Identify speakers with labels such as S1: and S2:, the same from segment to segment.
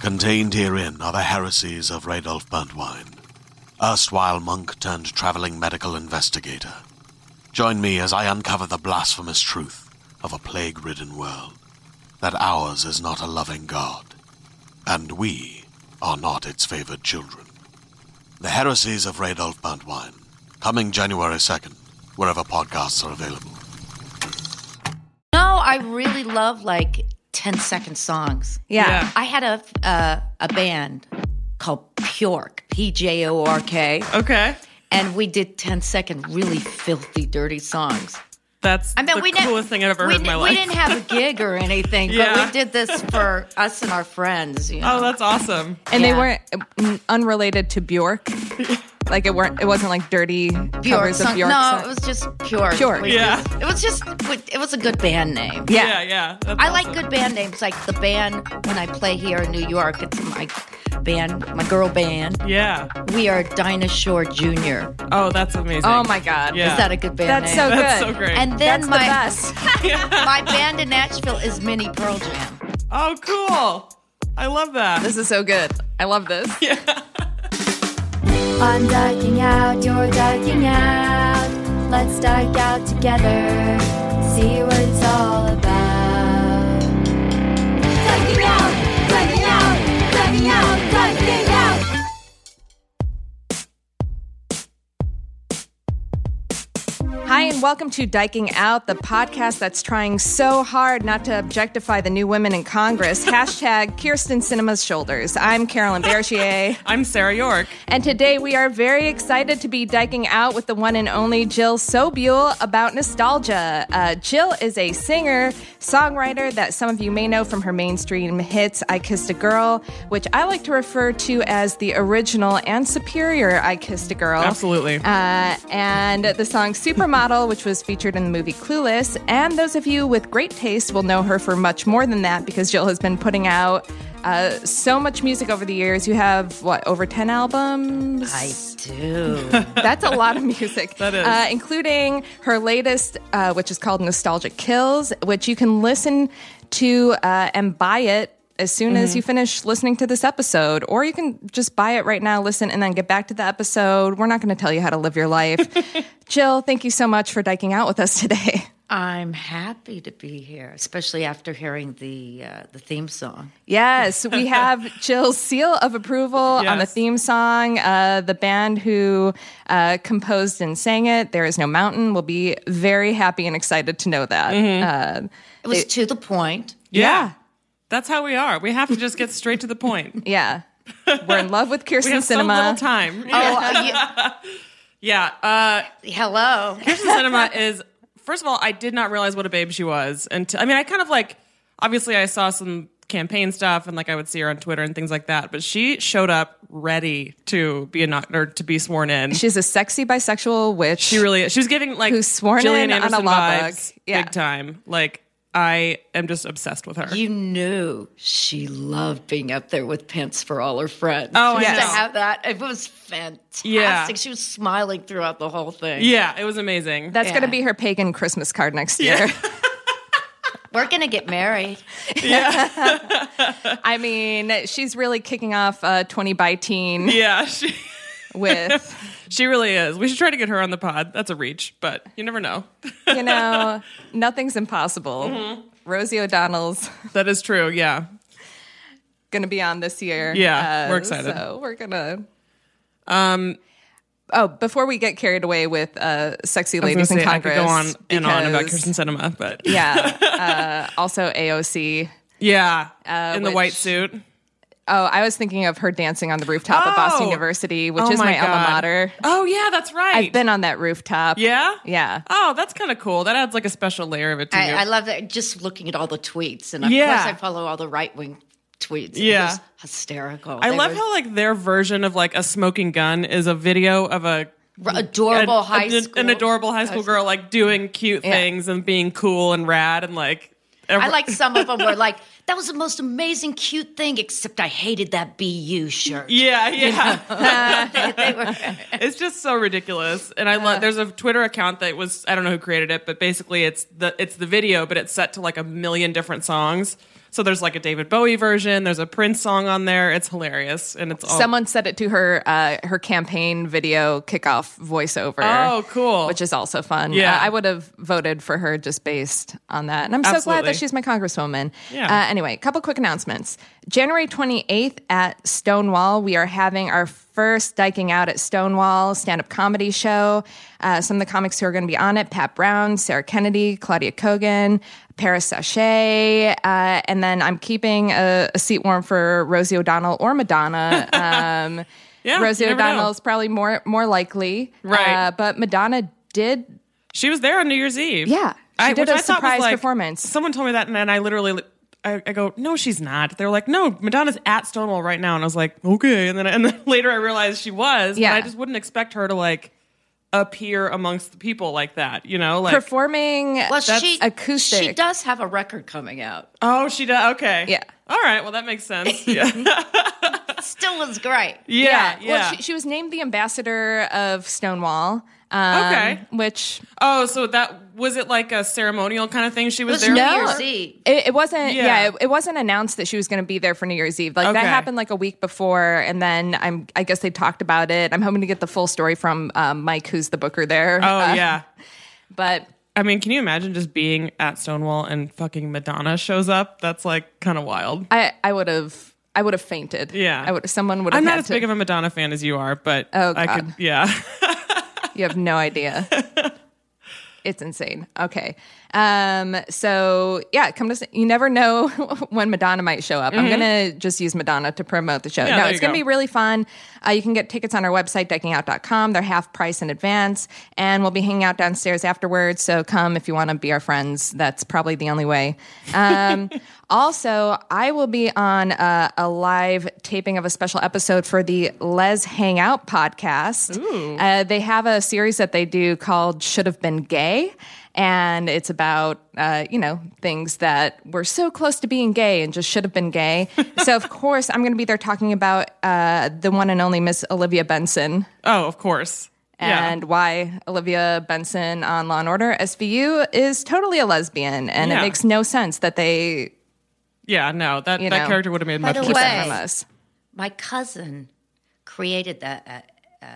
S1: Contained herein are the heresies of Radolf Buntwine, erstwhile monk turned traveling medical investigator. Join me as I uncover the blasphemous truth of a plague ridden world that ours is not a loving God, and we are not its favored children. The heresies of Radolf Buntwine, coming January 2nd, wherever podcasts are available.
S2: No, I really love like 10 second songs.
S3: Yeah.
S4: Yeah.
S2: I had a uh, a band called Pjork, P J O R K,
S4: Okay.
S2: and we did 10 second really filthy, dirty songs.
S4: That's
S2: I mean,
S4: the
S2: we didn't-
S4: coolest thing I've ever
S2: we
S4: heard in
S2: di-
S4: my
S2: we
S4: life.
S2: didn't have a gig or anything, but
S4: Yeah.
S2: we did this for us and our friends. You know?
S4: oh, that's awesome.
S3: And
S2: Yeah.
S3: they weren't uh, unrelated to Bjork. Like it weren't. It wasn't like dirty covers of
S2: song-
S3: Bjork.
S2: No,
S3: song-
S2: it was just Pjork.
S3: Pjork.
S2: We-
S4: Yeah.
S2: It was just, we- it was a good band name.
S4: Yeah,
S3: yeah.
S4: yeah. that's
S2: I like
S4: awesome.
S2: good band names, like the band when I play here in New York. It's my band, my girl band.
S4: Yeah.
S2: We are Dinosaur Junior.
S4: Oh, that's amazing.
S3: Oh my god.
S4: Yeah.
S2: Is that a good band
S3: That's
S2: name?
S3: so
S4: That's
S3: good.
S4: so great.
S2: And then
S3: That's the
S2: my
S3: best.
S2: my band in Nashville is Mini Pearl Jam.
S4: oh, cool. I love that.
S3: This is so good. I love this.
S5: I'm ducking out, you're ducking out. Let's duck out together, see what it's all about. Ducking out, ducking out, ducking out, ducking out.
S3: Hi, and welcome to Diking Out, the podcast that's trying so hard not to objectify the new women in Congress. Hashtag Kirsten Cinema's shoulders. I'm Carolyn Bergier,
S4: I'm Sarah York.
S3: and today we are very excited to be diking out with the one and only Jill Sobule about nostalgia. Uh, Jill is a singer, songwriter that some of you may know from her mainstream hits I Kissed a Girl, which I like to refer to as the original and superior I Kissed a
S2: Oh.
S3: Girl.
S4: Absolutely.
S3: Uh, and the song Supermodel, which was featured in the movie Clueless. And those of you with great taste will know her for much more than that because Jill has been putting out uh, so much music over the years. You have, what, over 10 albums?
S2: I do.
S3: That's a lot of music.
S4: That is.
S3: Uh, including her latest, uh, which is called Nostalgic Kills, which you can listen to uh, and buy it as soon
S4: Mm-hmm.
S3: as you finish listening to this episode. Or you can just buy it right now, listen, and then get back to the episode. We're not going to tell you how to live your life. Jill, thank you so much for diking out with us today.
S2: I'm happy to be here, especially after hearing the uh, the theme song.
S3: Yes, we have Jill's seal of approval on the
S4: Yes.
S3: theme song. Uh, the band who uh, composed and sang it, There Is No Mountain, will be very happy and excited to know that.
S4: Mm-hmm.
S3: Uh,
S2: It was to the point.
S3: Yeah.
S4: That's how we are. We have to just get straight to the point.
S3: yeah. We're in love with
S4: We
S3: Kirsten
S4: have so
S3: Cinema.
S4: little time.
S2: Oh, uh,
S4: Yeah. Uh,
S2: you- hello.
S4: Kirsten Cinema is first of all, I did not realize what a babe she was, and I mean, I kind of like obviously I saw some campaign stuff and like I would see her on Twitter and things like that, but she showed up ready to be a not or to be sworn in. She,
S3: She's a sexy bisexual witch. She
S4: really, she was giving like
S3: Who's sworn
S4: Gillian
S3: in on a
S4: Anderson
S3: law book.
S4: vibes,
S3: Yeah.
S4: big time. Like I am just obsessed with her.
S2: You knew she loved being up there with Pence for all her friends.
S4: Oh, I
S2: Just
S4: know.
S2: to have that. It was fantastic.
S4: Yeah.
S2: She was smiling throughout the whole thing.
S4: yeah, it was amazing.
S3: That's going to
S2: Yeah.
S3: be her pagan Christmas card next year.
S2: We're gonna get married.
S3: I mean, she's really kicking off uh, 20 by teen
S4: yeah, she
S3: with,
S4: she really is. We should try to get her on the pod. That's a reach, but you never know.
S3: you know, nothing's impossible.
S4: Mm-hmm.
S3: Rosie O'Donnell's
S4: That is true. Yeah.
S3: going to be on this year. Uh,
S4: Yeah, we're excited.
S3: So we're going to.
S4: Um,
S3: Oh, before we get carried away with uh, sexy
S4: I was
S3: ladies
S4: gonna
S3: in
S4: say, I
S3: Congress,
S4: could go on and on about
S3: because-
S4: Kirsten Cinema, but
S3: Yeah. Uh, also AOC.
S4: yeah, in the
S3: which-
S4: white suit.
S3: Oh, I was thinking of her dancing on the rooftop at Boston
S4: Oh.
S3: University, which
S4: Oh
S3: is my, alma
S4: God.
S3: mater.
S4: Oh yeah, that's right.
S3: I've been on that rooftop.
S4: yeah,
S3: Yeah.
S4: Oh, that's kind of cool. That adds like a special layer of it to
S2: I,
S4: you.
S2: I love that. Just looking at all the tweets, and of
S4: Yeah.
S2: course, I follow all the right wing tweets.
S4: Yeah.
S2: it was hysterical.
S4: I
S2: They
S4: love
S2: were
S4: how like their version of like a smoking gun is a video of a
S2: r- adorable
S4: an,
S2: high
S4: an-
S2: school.
S4: an adorable high school girl like doing cute things and being cool and rad and like.
S2: I like some of them were like that was the most amazing cute thing, except I hated that BU shirt.
S4: Yeah, yeah.
S2: they were,
S4: it's just so ridiculous and i love there's a twitter account that was i don't know who created it but basically it's the it's the video but it's set to like a million different songs So there's like a David Bowie version. There's a Prince song on there. It's hilarious, and it's all
S3: Someone said it to her uh, her campaign video kickoff voiceover.
S4: Oh, cool.
S3: Which is also fun.
S4: Yeah.
S3: Uh, I would have voted for her just based on that. And I'm so glad
S4: Absolutely.
S3: that she's my congresswoman.
S4: Yeah.
S3: Uh, anyway, a couple quick announcements. January 28th at Stonewall, we are having our first Diking Out at Stonewall stand up comedy show. Uh, some of the comics who are going to be on it Pat Brown, Sarah Kennedy, Claudia Kogan, Paris Sachet. Uh, and then I'm keeping a, a seat warm for Rosie O'Donnell or Madonna. Um,
S4: Yeah,
S3: Rosie
S4: you never know.
S3: O'Donnell's probably more, more likely.
S4: Right.
S3: Uh, but Madonna did
S4: She was there on New Year's Eve.
S3: Yeah. She
S4: which
S3: did a
S4: I thought was,
S3: surprise
S4: like-
S3: performance.
S4: Someone told me that, and then I literally, I, I go, no, she's not. They're like, no, Madonna's at Stonewall right now, and I was like, okay. And then and then later I realized she was.
S3: Yeah.
S4: But I just wouldn't expect her to like appear amongst the people like that. You know, like
S3: performing.
S2: Well, she
S3: acoustic.
S2: She does have a record coming out.
S4: oh, she does. Okay.
S3: Yeah.
S4: All right. Well, that makes sense. Yeah. yeah.
S2: Still is great.
S4: Yeah.
S3: Well, she, she was named the ambassador of Stonewall. Um,
S4: Okay.
S3: Which
S4: oh, so that was it. Like a ceremonial kind of thing. She was,
S2: was
S4: there.
S2: New Year's
S4: for?
S2: Eve.
S3: it, it wasn't. Yeah,
S4: Yeah.
S3: it, it wasn't announced that she was going to be there for New Year's Eve. Like that
S4: Okay.
S3: happened like a week before, and then I'm. I guess they talked about it. I'm hoping to get the full story from um, Mike, who's the booker there. Uh,
S4: Oh yeah.
S3: but
S4: I mean, can you imagine just being at Stonewall and fucking Madonna shows up? That's like kind of wild.
S3: I, I would have. I would have fainted.
S4: Yeah.
S3: I would. Someone would. have
S4: I'm not
S3: had
S4: as
S3: to-
S4: big of a Madonna fan as you are, but
S3: Oh,
S4: I
S3: God.
S4: could, yeah.
S3: You have no idea. it's insane. Okay. Um, so yeah, come to s- you never know when Madonna might show up. I'm gonna just use Madonna to promote the show.
S4: Mm-hmm. Yeah,
S3: no,
S4: there
S3: it's
S4: you
S3: gonna
S4: go.
S3: be really fun. Uh, you can get tickets on our website, deckingout.com. They're half price in advance, and we'll be hanging out downstairs afterwards. So come if you want to be our friends. That's probably the only way. Um, also, I will be on uh, a live taping of a special episode for the Les Hangout podcast. Uh, they have a series that they do called Should Have Been Gay. And it's about, uh, you know, things that were so close to being gay and just should have been gay. so, of course, I'm going to be there talking about uh, the one and only Miss Olivia Benson
S4: oh, of course. Yeah.
S3: and why Olivia Benson on Law and Order SVU is totally a lesbian, and it
S4: Yeah.
S3: makes no sense that they
S4: yeah, no, that,
S3: You
S4: that
S3: know.
S4: character would have made
S2: By
S4: much
S2: the
S4: more
S3: keep
S2: way-
S4: sense.
S3: that from us.
S2: My cousin created that uh, uh,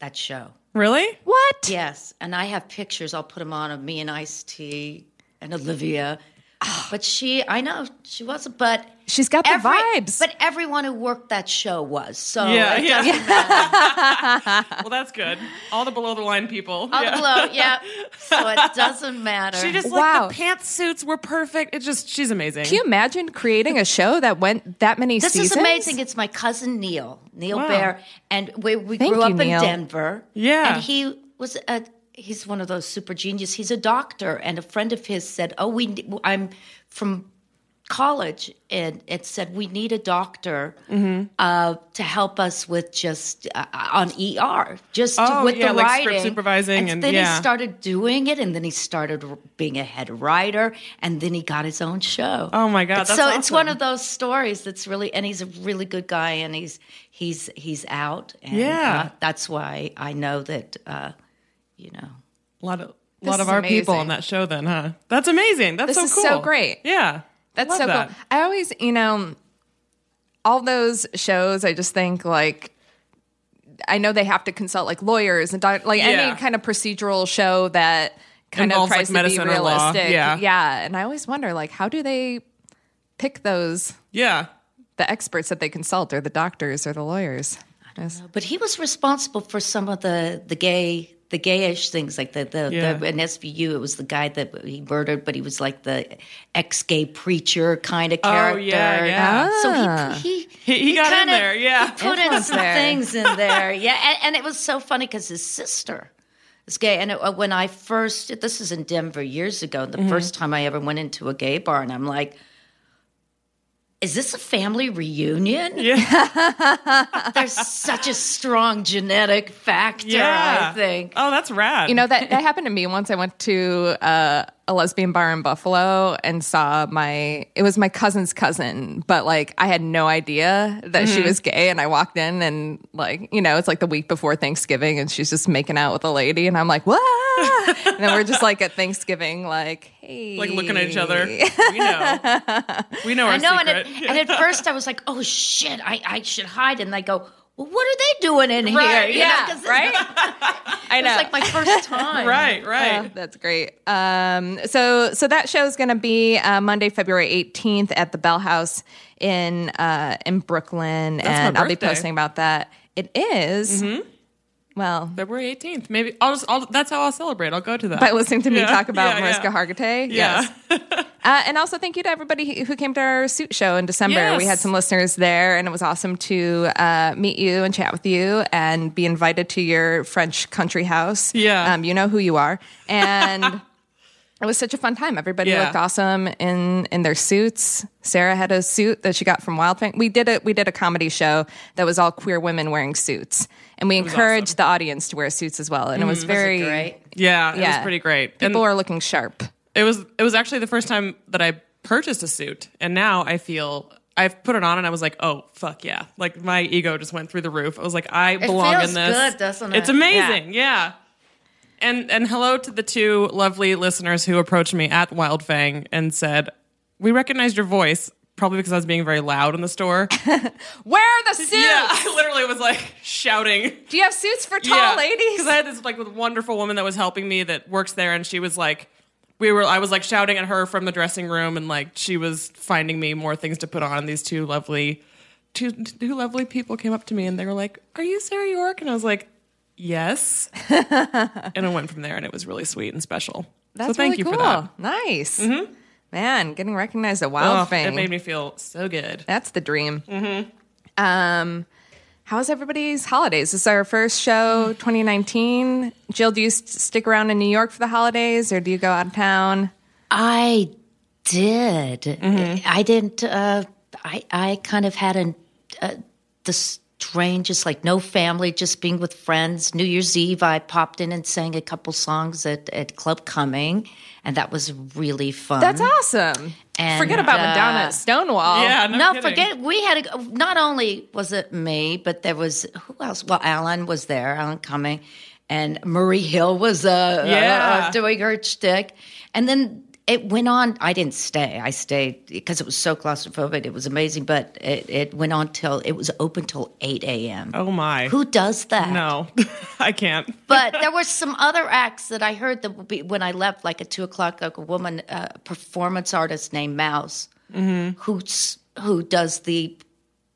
S2: that show.
S4: Really?
S3: What?
S2: Yes, and I have pictures. I'll put them on of me and Ice T and Olivia.
S4: Ah.
S2: But she, I know she wasn't, but
S3: She's got the
S2: every-
S3: vibes.
S2: But everyone who worked that show was. So
S4: Yeah,
S2: it
S4: yeah.
S2: doesn't matter.
S4: Well, that's good. All the below the line people.
S2: All
S4: Yeah.
S2: the blow, yeah. So it doesn't matter.
S4: She just,
S3: Wow.
S4: like, the pantsuits were perfect. It just, she's amazing.
S3: Can you imagine creating a show that went that many
S2: This
S3: seasons?
S2: is amazing. It's my cousin Neil, Neil
S4: Wow.
S2: Bear, and we, we
S3: Thank
S2: grew
S3: you,
S2: up
S3: Neil.
S2: in Denver.
S4: Yeah.
S2: and he was a he's one of those super genius. He's a doctor, and a friend of his said, "Oh, we I'm from college," and it said we need a doctor
S4: Mm-hmm.
S2: uh, to help us with just uh, on ER, just
S4: Oh,
S2: with
S4: yeah,
S2: the
S4: like
S2: writing,
S4: script supervising and-
S2: then
S4: yeah.
S2: he started doing it, and then he started r- being a head writer, and then he got his own show.
S4: Oh my God,
S2: But
S4: that's
S2: so it's one
S4: awesome.
S2: of those stories that's really and he's a really good guy and he's he's he's out and
S4: Yeah.
S2: uh, that's why i know that uh you know
S4: a lot of,
S3: This
S4: lot
S3: is
S4: of our people
S3: amazing.
S4: on that show then, huh? That's amazing. That's
S3: This
S4: so
S3: is
S4: cool.
S3: so great.
S4: Yeah.
S3: That's
S4: Love
S3: so
S4: that.
S3: cool. I always, you know, all those shows. I just think like. I know they have to consult like lawyers and doc- like
S4: Yeah.
S3: any kind of procedural show that kind
S4: Involves,
S3: of
S4: like,
S3: tries to
S4: medicine
S3: be
S4: or law.
S3: realistic.
S4: Yeah.
S3: yeah, and I always wonder like how do they pick those
S4: Yeah.
S3: the experts that they consult are the doctors or the lawyers.
S2: but he was responsible for some of the the gay the gayish things like the the,
S4: Yeah.
S2: the in SVU it was the guy that he murdered but he was like the ex gay preacher kind of character
S4: Oh, yeah.
S2: so he he
S4: He, he got in
S2: kinda-
S4: there. Yeah.
S2: he put in
S3: Influence
S2: some
S3: there.
S2: things in there. Yeah, and, and it was so funny because his sister is gay. And it, uh, when I first, this is in Denver years ago, the
S4: Mm-hmm.
S2: first time I ever went into a gay bar, and I'm like, is this a family reunion? Yeah. There's such a strong genetic factor,
S4: yeah.
S2: I think.
S4: Oh, that's rad.
S3: You know that that happened to me once. I went to uh, a lesbian bar in Buffalo and saw my it was my cousin's cousin, but like I had no idea that she was gay. And I walked in and like you know it's like the week before Thanksgiving, and she's just making out with a lady, and I'm like, what? and then we're just like at Thanksgiving, like, hey,
S4: Like looking at each other. We know. We know our
S2: I know, and
S4: secret.
S2: at, and at first I was like, "Oh shit, I, I should hide," and I go, "Well, what are they doing in
S4: Right,
S2: here?" You
S3: Yeah,
S2: know, 'cause
S3: right. I know.
S2: It's like my first time,
S4: right, right.
S3: Oh, that's great. Um, so, so that show is going to be uh, Monday, February eighteenth at the Bell House in uh, in Brooklyn, and
S4: my
S3: I'll be
S4: birthday. Mm-hmm.
S3: posting about that. It is, Well,
S4: February 18th. Maybe I'll just, I'll, that's how I'll celebrate. I'll go to that.
S3: by listening to me
S4: Yeah,
S3: talk about
S4: yeah,
S3: Mariska
S4: yeah.
S3: Hargitay.
S4: Yeah.
S3: Yes. Uh, and also, thank you to everybody who came to our suit show in December.
S4: Yes.
S3: We had some listeners there, and it was awesome to uh, meet you and chat with you and be invited to your French country house.
S4: Yeah.
S3: Um, you know who you are. And it was such a fun time. Everybody
S4: Yeah.
S3: looked awesome in, in their suits. Sarah had a suit that she got from Wild Thing. We did a, we did a comedy show that was all queer women wearing suits. And we encouraged the audience to wear suits as well. And it was
S4: Mm,
S3: very
S2: Right?
S4: yeah, it
S3: yeah.
S4: was pretty great.
S3: People
S4: and
S3: are looking sharp.
S4: it was it was actually the first time that I purchased a suit, and now I feel I've put it on, and I was like, oh fuck yeah! Like my ego just went through the roof. I was like, I belong
S2: feels
S4: in this.
S2: good, doesn't
S4: It's
S2: it?
S4: amazing. Yeah. And and hello to the two lovely listeners who approached me at Wild Fang and said, we recognized your voice. Probably because I was being very loud in the store.
S3: Wear the suits.
S4: Yeah, I literally was like shouting.
S3: Do you have suits for tall ladies?
S4: Because I had this like with wonderful woman that was helping me that works there, and she was like, we were, I was like shouting at her from the dressing room, and like she was finding me more things to put on. And these two lovely, two, two lovely people came up to me, and they were like, "Are you Sarah York?" And I was like, "Yes." and I went from there, and it was really sweet and special. so thank
S3: really
S4: you for
S3: cool.
S4: that. Mm-hmm.
S3: Nice. Man, getting recognized at Wild
S4: Oh,
S3: Thing.
S4: it made me Mm-hmm. feel so good.
S3: That's the dream. Um, how's everybody's holidays? This is our first show, 2019. Jill, do you st- stick around in New York for the holidays, or do you go out of town?
S2: I did. I didn't. Uh, I I kind of had an uh, the strangest, like no family, just being with friends. New Year's Eve, I popped in and sang a couple songs at at Club Coming, and that was really fun.
S3: That's awesome.
S2: And,
S3: Forget about
S2: uh,
S3: Madonna at Stonewall.
S4: Mm-hmm. Yeah, no,
S2: no,
S4: kidding.
S2: forget. We had a, not only was it me, but there was who else? Well, Alan was there, Alan Cumming, and Marie Hill was uh, uh,
S4: Yeah.
S2: uh, doing her shtick, and then it went on. I didn't stay. I stayed because it was so claustrophobic. It was amazing, but it, it went on till it was open till eight a.m.
S4: Oh my!
S2: Who does that?
S4: No, I can't.
S2: but there were some other acts that I heard that would be when I left, like at two o'clock, like a woman, uh, performance artist named Mouse,
S4: Mm-hmm.
S2: who s who does the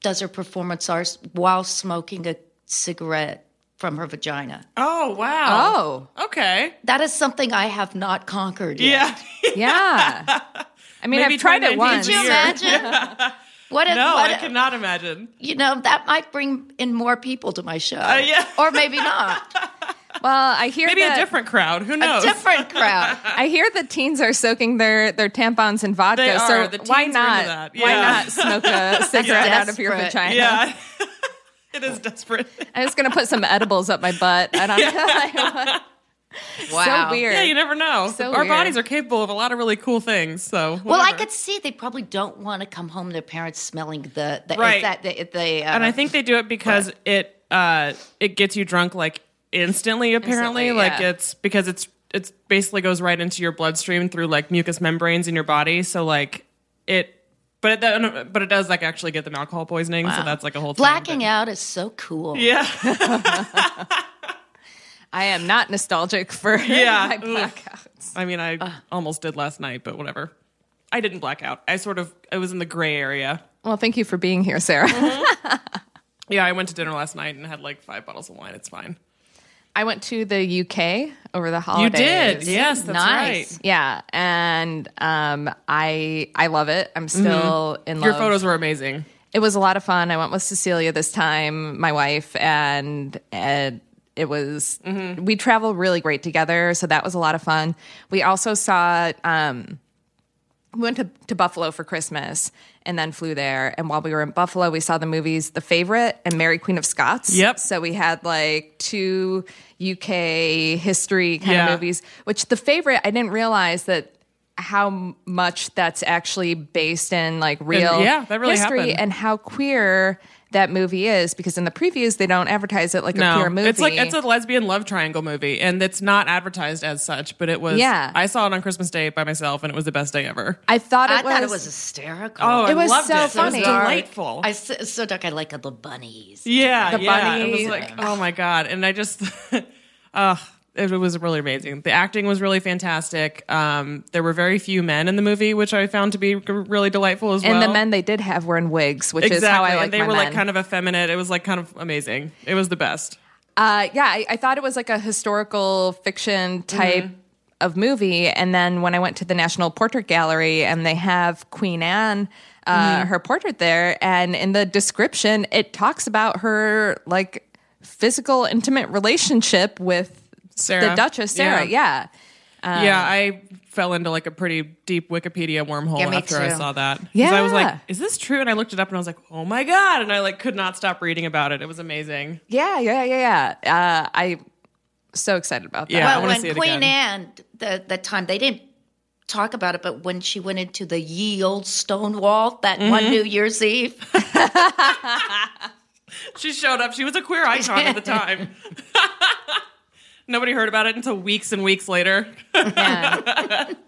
S2: does her performance arts while smoking a cigarette from her vagina.
S4: Oh wow!
S3: Oh,
S4: Okay.
S2: That is something I have not conquered yet.
S4: Yeah.
S3: yeah. I mean,
S4: Maybe
S3: I've tried it
S4: 2019
S3: once.
S2: Could you imagine? What if,
S4: No,
S2: what
S4: I
S2: if-
S4: cannot imagine.
S2: you know, that might bring in more people to my show.
S4: Uh, yeah.
S2: Or maybe not.
S3: Well, I hear
S4: Maybe
S3: that-
S4: a different crowd. Who knows?
S2: Different crowd.
S3: I hear the teens are soaking their, their tampons in vodka.
S4: They
S3: so
S4: are. The
S3: why
S4: teens are into
S3: not?
S4: that.
S3: Why
S4: Yeah.
S3: not smoke a cigarette out of your
S2: Desperate.
S3: vagina?
S4: yeah. it is desperate.
S3: I was gonna put some edibles up my butt. I don't know.
S2: Wow.
S3: So weird.
S4: Yeah, you never know.
S3: So
S4: Our
S3: weird.
S4: bodies are capable of a lot of really cool things. So
S2: Well, I
S4: whatever.
S2: could see they probably don't want to come home to their parents smelling the the
S4: Right.
S2: is that the, the uh,
S4: and I think they do it because it uh it gets you drunk like instantly. Apparently,
S3: Instantly,
S4: like
S3: yeah.
S4: it's because it's it's basically goes right into your bloodstream through like mucous membranes in your body. So like it. But it, doesn't- but it does like actually get them alcohol poisoning, so that's like a whole
S2: blacking
S4: thing.
S2: out is so cool.
S4: Yeah,
S3: I am not nostalgic for
S4: Yeah.
S3: my
S4: Oof.
S3: blackouts.
S4: I mean, I almost did last night, but whatever. I didn't black out. I sort of I was in the gray area.
S3: Well, thank you for being here, Sarah.
S4: Yeah, I went to dinner last night and had like five bottles of wine. It's fine.
S3: I went to the UK over the holidays.
S4: Yes, that's
S2: Nice.
S3: Yeah, and um, I I love it. I'm
S4: Mm-hmm.
S3: still in love.
S4: Your photos were amazing.
S3: It was a lot of fun. I went with Cecilia this time, my wife, and and it was
S4: Mm-hmm.
S3: we travel really great together, so that was a lot of fun. We also saw um we went to, to Buffalo for Christmas and then flew there. And while we were in Buffalo, we saw the movies The Favorite and Mary Queen of Scots.
S4: Yep.
S3: So we had like two UK history kind
S4: Yeah.
S3: of movies, which The Favorite, I didn't realize that how m- much that's actually based in like real
S4: yeah, that really
S3: history
S4: happened.
S3: and how queer that movie is because in the previews they don't advertise it like a
S4: No,
S3: queer movie.
S4: it's like it's a lesbian love triangle movie, and it's not advertised as such. But it was.
S3: Yeah.
S4: I saw it on Christmas Day by myself, and it was the best day ever.
S3: I thought it
S2: I
S3: was.
S2: thought it was hysterical.
S4: Oh, I
S3: It was
S4: loved
S3: so
S4: it.
S3: funny.
S4: It was delightful.
S2: I s- so dark. I like the bunnies.
S4: yeah,
S3: The
S4: yeah.
S3: bunny.
S4: It was like, oh my god, and I just, uh, it was really amazing. The acting was really fantastic. Um, there were very few men in the movie, which I found to be g- really delightful as
S3: and
S4: well.
S3: the men they did have were in wigs, which
S4: exactly,
S3: is how I
S4: and
S3: like
S4: they
S3: my
S4: were like
S3: men.
S4: kind of effeminate. It was like kind of amazing. It was the best.
S3: Uh, yeah, I, I thought it was like a historical fiction
S4: Mm-hmm.
S3: type of movie. And then when I went to the National Portrait Gallery and they have Queen Anne, uh,
S4: Mm-hmm.
S3: her portrait there, and in the description, it talks about her like physical, intimate relationship with the
S4: Sarah.
S3: Duchess Sarah. Yeah.
S4: yeah, I fell into like a pretty deep Wikipedia wormhole
S2: Yeah, me
S4: after I
S2: too.
S4: saw that. 'Cause
S3: Yeah.
S4: I was like, is this true? And I looked it up and I was like, oh my God. And I like could not stop reading about it. It was amazing.
S3: Yeah. Yeah. Yeah. Yeah. Uh, I so excited about that.
S4: Yeah, I
S2: Well,
S4: wanna
S2: when
S4: see it
S2: Queen
S4: again.
S2: Anne, the the time they didn't talk about it, but when she went into the ye old stone wall that
S4: Mm-hmm.
S2: one New Year's Eve,
S4: She showed up. She was a queer icon at the time. Nobody heard about it until weeks and weeks later.
S3: Yeah.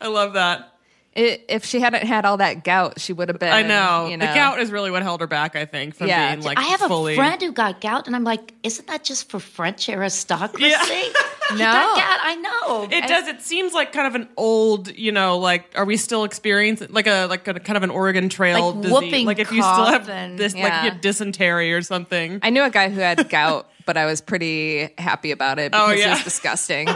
S4: I love that.
S3: I- if she hadn't had all that gout, she would have been.
S4: I know.
S3: You know
S4: The gout is really what held her back, I think, from
S3: Yeah.
S4: being like
S2: I have
S4: fully.
S2: a friend who got gout, and I'm like, isn't that just for French aristocracy?
S4: Yeah.
S2: He
S3: No.
S2: got gout. I know.
S4: It does. It seems like kind of an old, you know, like are we still experiencing like a like a kind of an Oregon Trail
S2: Like
S4: disease?
S2: whooping
S4: like if you still have
S2: cough and-
S4: this,
S3: yeah.
S4: like you have dysentery or something.
S3: I knew a guy who had gout, but I was pretty happy about it because
S4: Oh,
S3: he
S4: yeah.
S3: was disgusting.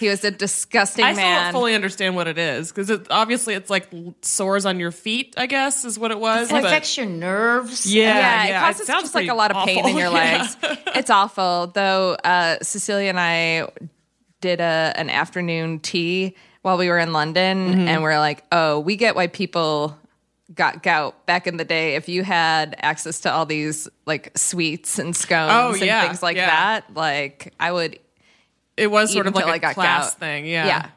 S3: he was a disgusting
S4: I still
S3: man.
S4: don't fully understand what it is because it, obviously it's like l- sores on your feet. I guess is what it was.
S2: It
S4: but-
S2: affects your nerves.
S4: yeah,
S3: yeah, it causes
S4: sounds
S3: just like a
S4: pretty
S3: lot of pain
S4: awful.
S3: in your
S4: Yeah.
S3: legs. it's awful. Though uh, Cecilia and I did a, an afternoon tea while we were in London,
S4: Mm-hmm.
S3: and we're like, oh, we get why people got gout back in the day. If you had access to all these like sweets and scones
S4: Oh,
S3: and
S4: yeah,
S3: things like
S4: yeah.
S3: that, like I would
S4: It was
S3: eat
S4: sort of
S3: until I
S4: like a
S3: got
S4: class
S3: gout.
S4: thing. Yeah.
S3: yeah,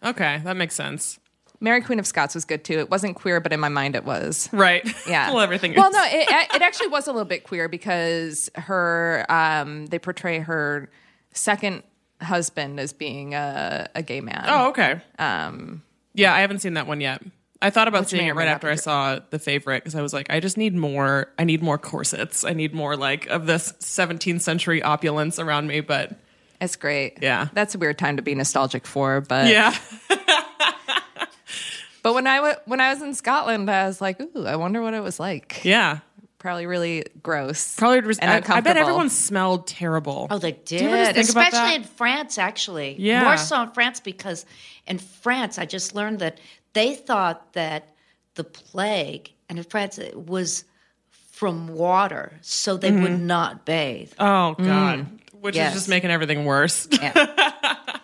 S3: yeah.
S4: Okay, that makes sense.
S3: Mary Queen of Scots was good too. It wasn't queer, but in my mind it was.
S4: Right.
S3: Yeah.
S4: well, everything.
S3: Well,
S4: is.
S3: no, it, it actually was a little bit queer because her, um, they portray her second husband as being a, a gay man.
S4: Oh, okay. Um. Yeah, I haven't seen that one yet. I thought about seeing
S3: may
S4: it
S3: or may
S4: right
S3: not
S4: after
S3: be
S4: I
S3: true.
S4: saw The Favorite because I was like, I just need more. I need more corsets. I need more like of this 17th century opulence around me. But
S3: It's great.
S4: Yeah.
S3: That's a weird time to be nostalgic for, but
S4: yeah,
S3: but when I w- when I was in Scotland, I was like, ooh, I wonder what it was like.
S4: yeah.
S3: Probably really gross.
S4: Probably. Res-
S3: and
S4: I, I bet
S3: uncomfortable.
S4: everyone smelled terrible.
S2: Oh, they did,
S4: ever just think about
S2: especially
S4: that?
S2: in France. Actually,
S4: Yeah.
S2: more so in France because in France, I just learned that they thought that the plague, and in France, it was from water, so they would not bathe.
S4: Mm-hmm. Oh God,
S3: Mm.
S4: which
S2: Yes.
S4: is just making everything worse.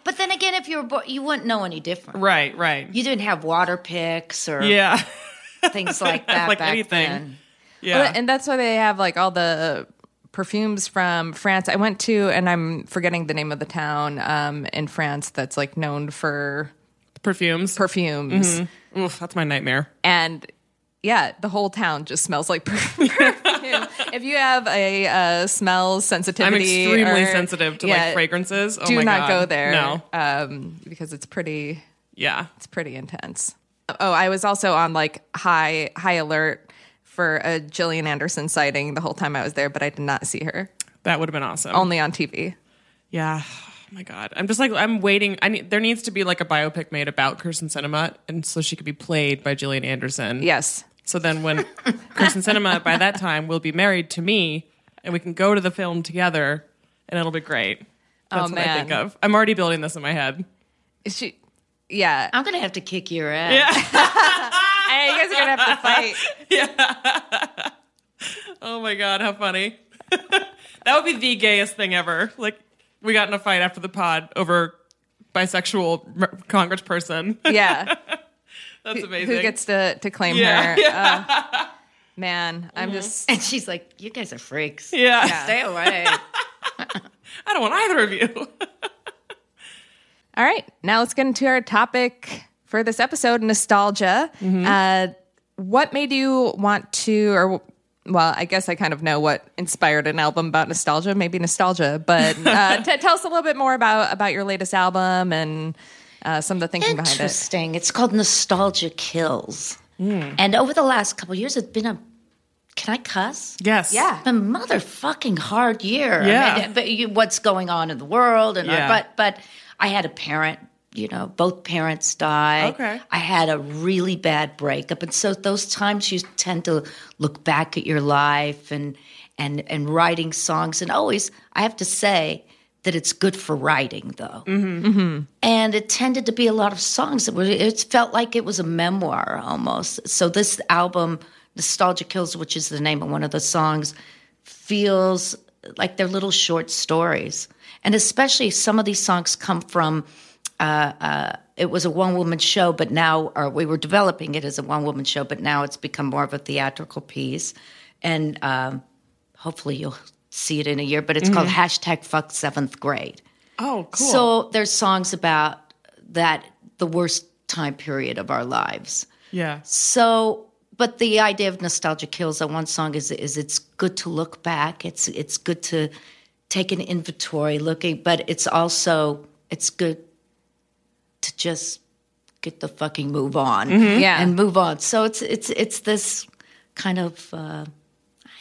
S2: But then again, if you were born, you wouldn't know any different.
S4: right, right.
S2: You didn't have water picks or
S4: yeah,
S2: things like
S4: Have,
S2: that
S4: like,
S2: back
S4: anything.
S2: then.
S4: yeah.
S3: Well, and that's why they have like all the perfumes from France. I went to, and I'm forgetting the name of the town um, in France that's like known for
S4: Perfumes. Mm-hmm.
S3: perfumes.
S4: Oof, that's my nightmare.
S3: And yeah, the whole town just smells like perfume. if you have a uh, smell
S4: I'm
S3: sensitivity,
S4: extremely
S3: or-
S4: sensitive to
S3: yeah,
S4: like fragrances. Oh
S3: Do
S4: my God.
S3: not go there,
S4: No.
S3: um, because it's pretty
S4: Yeah.
S3: it's pretty intense. Oh, I was also on like high high alert for a Gillian Anderson sighting the whole time I was there, but I did not see her.
S4: That would have been awesome.
S3: Only on TV.
S4: yeah. Oh my God. I'm just like I'm waiting. I need there needs to be like a biopic made about Kirsten Cinema and so she could be played by Gillian Anderson.
S3: Yes.
S4: So then when Kirsten Cinema by that time will be married to me and we can go to the film together and it'll be great. That's
S3: Oh,
S4: what I think
S3: man.
S4: of. I'm already building this in my head.
S3: She yeah.
S2: I'm gonna have to kick your ass.
S3: Hey, you guys are gonna have to fight.
S4: Oh my god, how funny. that would be the gayest thing ever. Like we got in a fight after the pod over bisexual m- congressperson.
S3: Yeah.
S4: That's amazing.
S3: Who gets to, to claim
S4: Yeah. Mm-hmm.
S3: her? Oh, man, I'm just
S2: And she's like, "You guys are freaks.
S4: yeah.
S2: Stay away."
S4: I don't want either of you.
S3: All right, now let's get into our topic for this episode, nostalgia. Uh, what made you want to, or well, I guess I kind of know what inspired an album about nostalgia. Maybe nostalgia, but uh, t- tell us a little bit more about about your latest album and uh, some of the thinking behind it.
S2: Interesting. It's called Nostalgia Kills.
S3: Hmm.
S2: And over the last couple of years, it's been a. Can I cuss?
S4: Yes.
S3: Yeah.
S2: a motherfucking hard year. I
S4: Yeah.
S2: mean, but you, what's going on in the world? And uh,
S4: Yeah.
S2: but but I had a parent. You know, both parents die.
S4: Okay.
S2: I had a really bad breakup, and so those times you tend to look back at your life and and and writing songs. And always, I have to say that it's good for writing, though and it tended to be a lot of songs that were it felt like it was a memoir almost so this album nostalgia kills which is the name of one of the songs feels like they're little short stories and especially some of these songs come from uh, it was a one woman show, but now, or we were developing it as a one woman show, but now it's become more of a theatrical piece. And um, hopefully you'll see it in a year, but it's called hashtag fuck seventh grade.
S4: Oh, cool.
S2: So there's songs about that, the worst time period of our lives.
S4: yeah.
S2: So, but the idea of nostalgia kills on one song is is it's good to look back. It's it's good to take an inventory looking, but it's also it's good to just get the fucking move on.
S3: Mm-hmm. Yeah.
S2: And move on. So it's it's it's this kind of uh,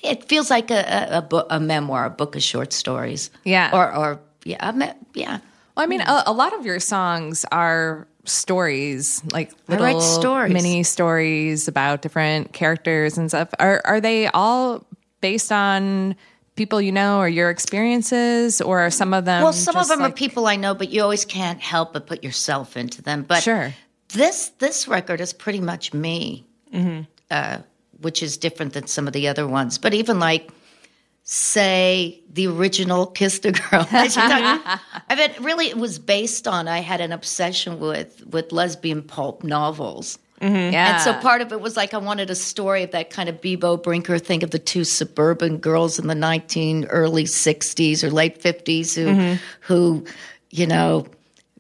S2: it feels like a a, a, book, a memoir, a book of short stories.
S3: Yeah.
S2: Or or yeah, a me- yeah.
S3: Well, I mean, a, a lot of your songs are stories, like
S2: I
S3: little
S2: write stories.
S3: mini stories about different characters and stuff. Are are they all based on people you know or your experiences, or are some of them?
S2: Well, some of
S3: just
S2: them
S3: like-
S2: are people I know, but you always can't help but put yourself into them. But
S3: Sure.
S2: this this record is pretty much me,
S3: Mm-hmm.
S2: uh, which is different than some of the other ones. But even like, say the original Kiss the Girl. I should talk- I mean, really, it was based on. I had an obsession with with lesbian pulp novels.
S3: Yeah.
S2: And so part of it was like I wanted a story of that kind of Bebo Brinker thing of the two suburban girls in the nineteen early sixties or late fifties who
S4: Mm-hmm.
S2: who, you know,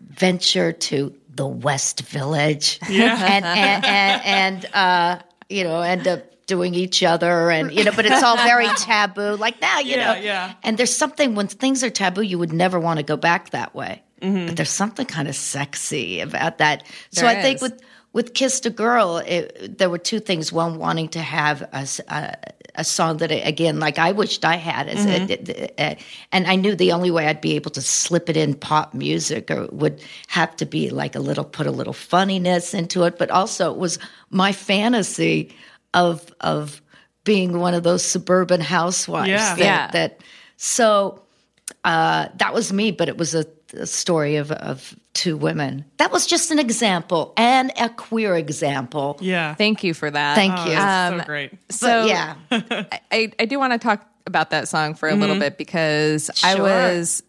S2: venture to the West Village. and and and, and uh, you know, end up doing each other and you know, but it's all very taboo. Like now, you
S4: Yeah,
S2: know.
S4: yeah.
S2: And there's something when things are taboo, you would never want to go back that way. But there's something kind of sexy about that. so
S3: Mm-hmm. There
S2: I think
S3: is.
S2: with with Kissed a Girl, it, there were two things. One, wanting to have a, s- a- a song that, again, like I wished I had. As
S3: Mm-hmm.
S2: a, a- uh, and I knew the only way I'd be able to slip it in pop music or would have to be like a little, put a little funniness into it. But also, it was my fantasy of, of being one of those suburban housewives
S4: Yeah.
S2: that,
S3: Yeah.
S2: that so uh, that was me, but it was a, a story of, of two women. That was just an example and a queer example.
S4: Yeah.
S3: Thank you for that.
S2: Thank you.
S4: That's so great.
S2: but
S3: Uh, So
S2: yeah,
S3: I, I do want to talk about that song for a little bit because I
S2: Sure.
S3: was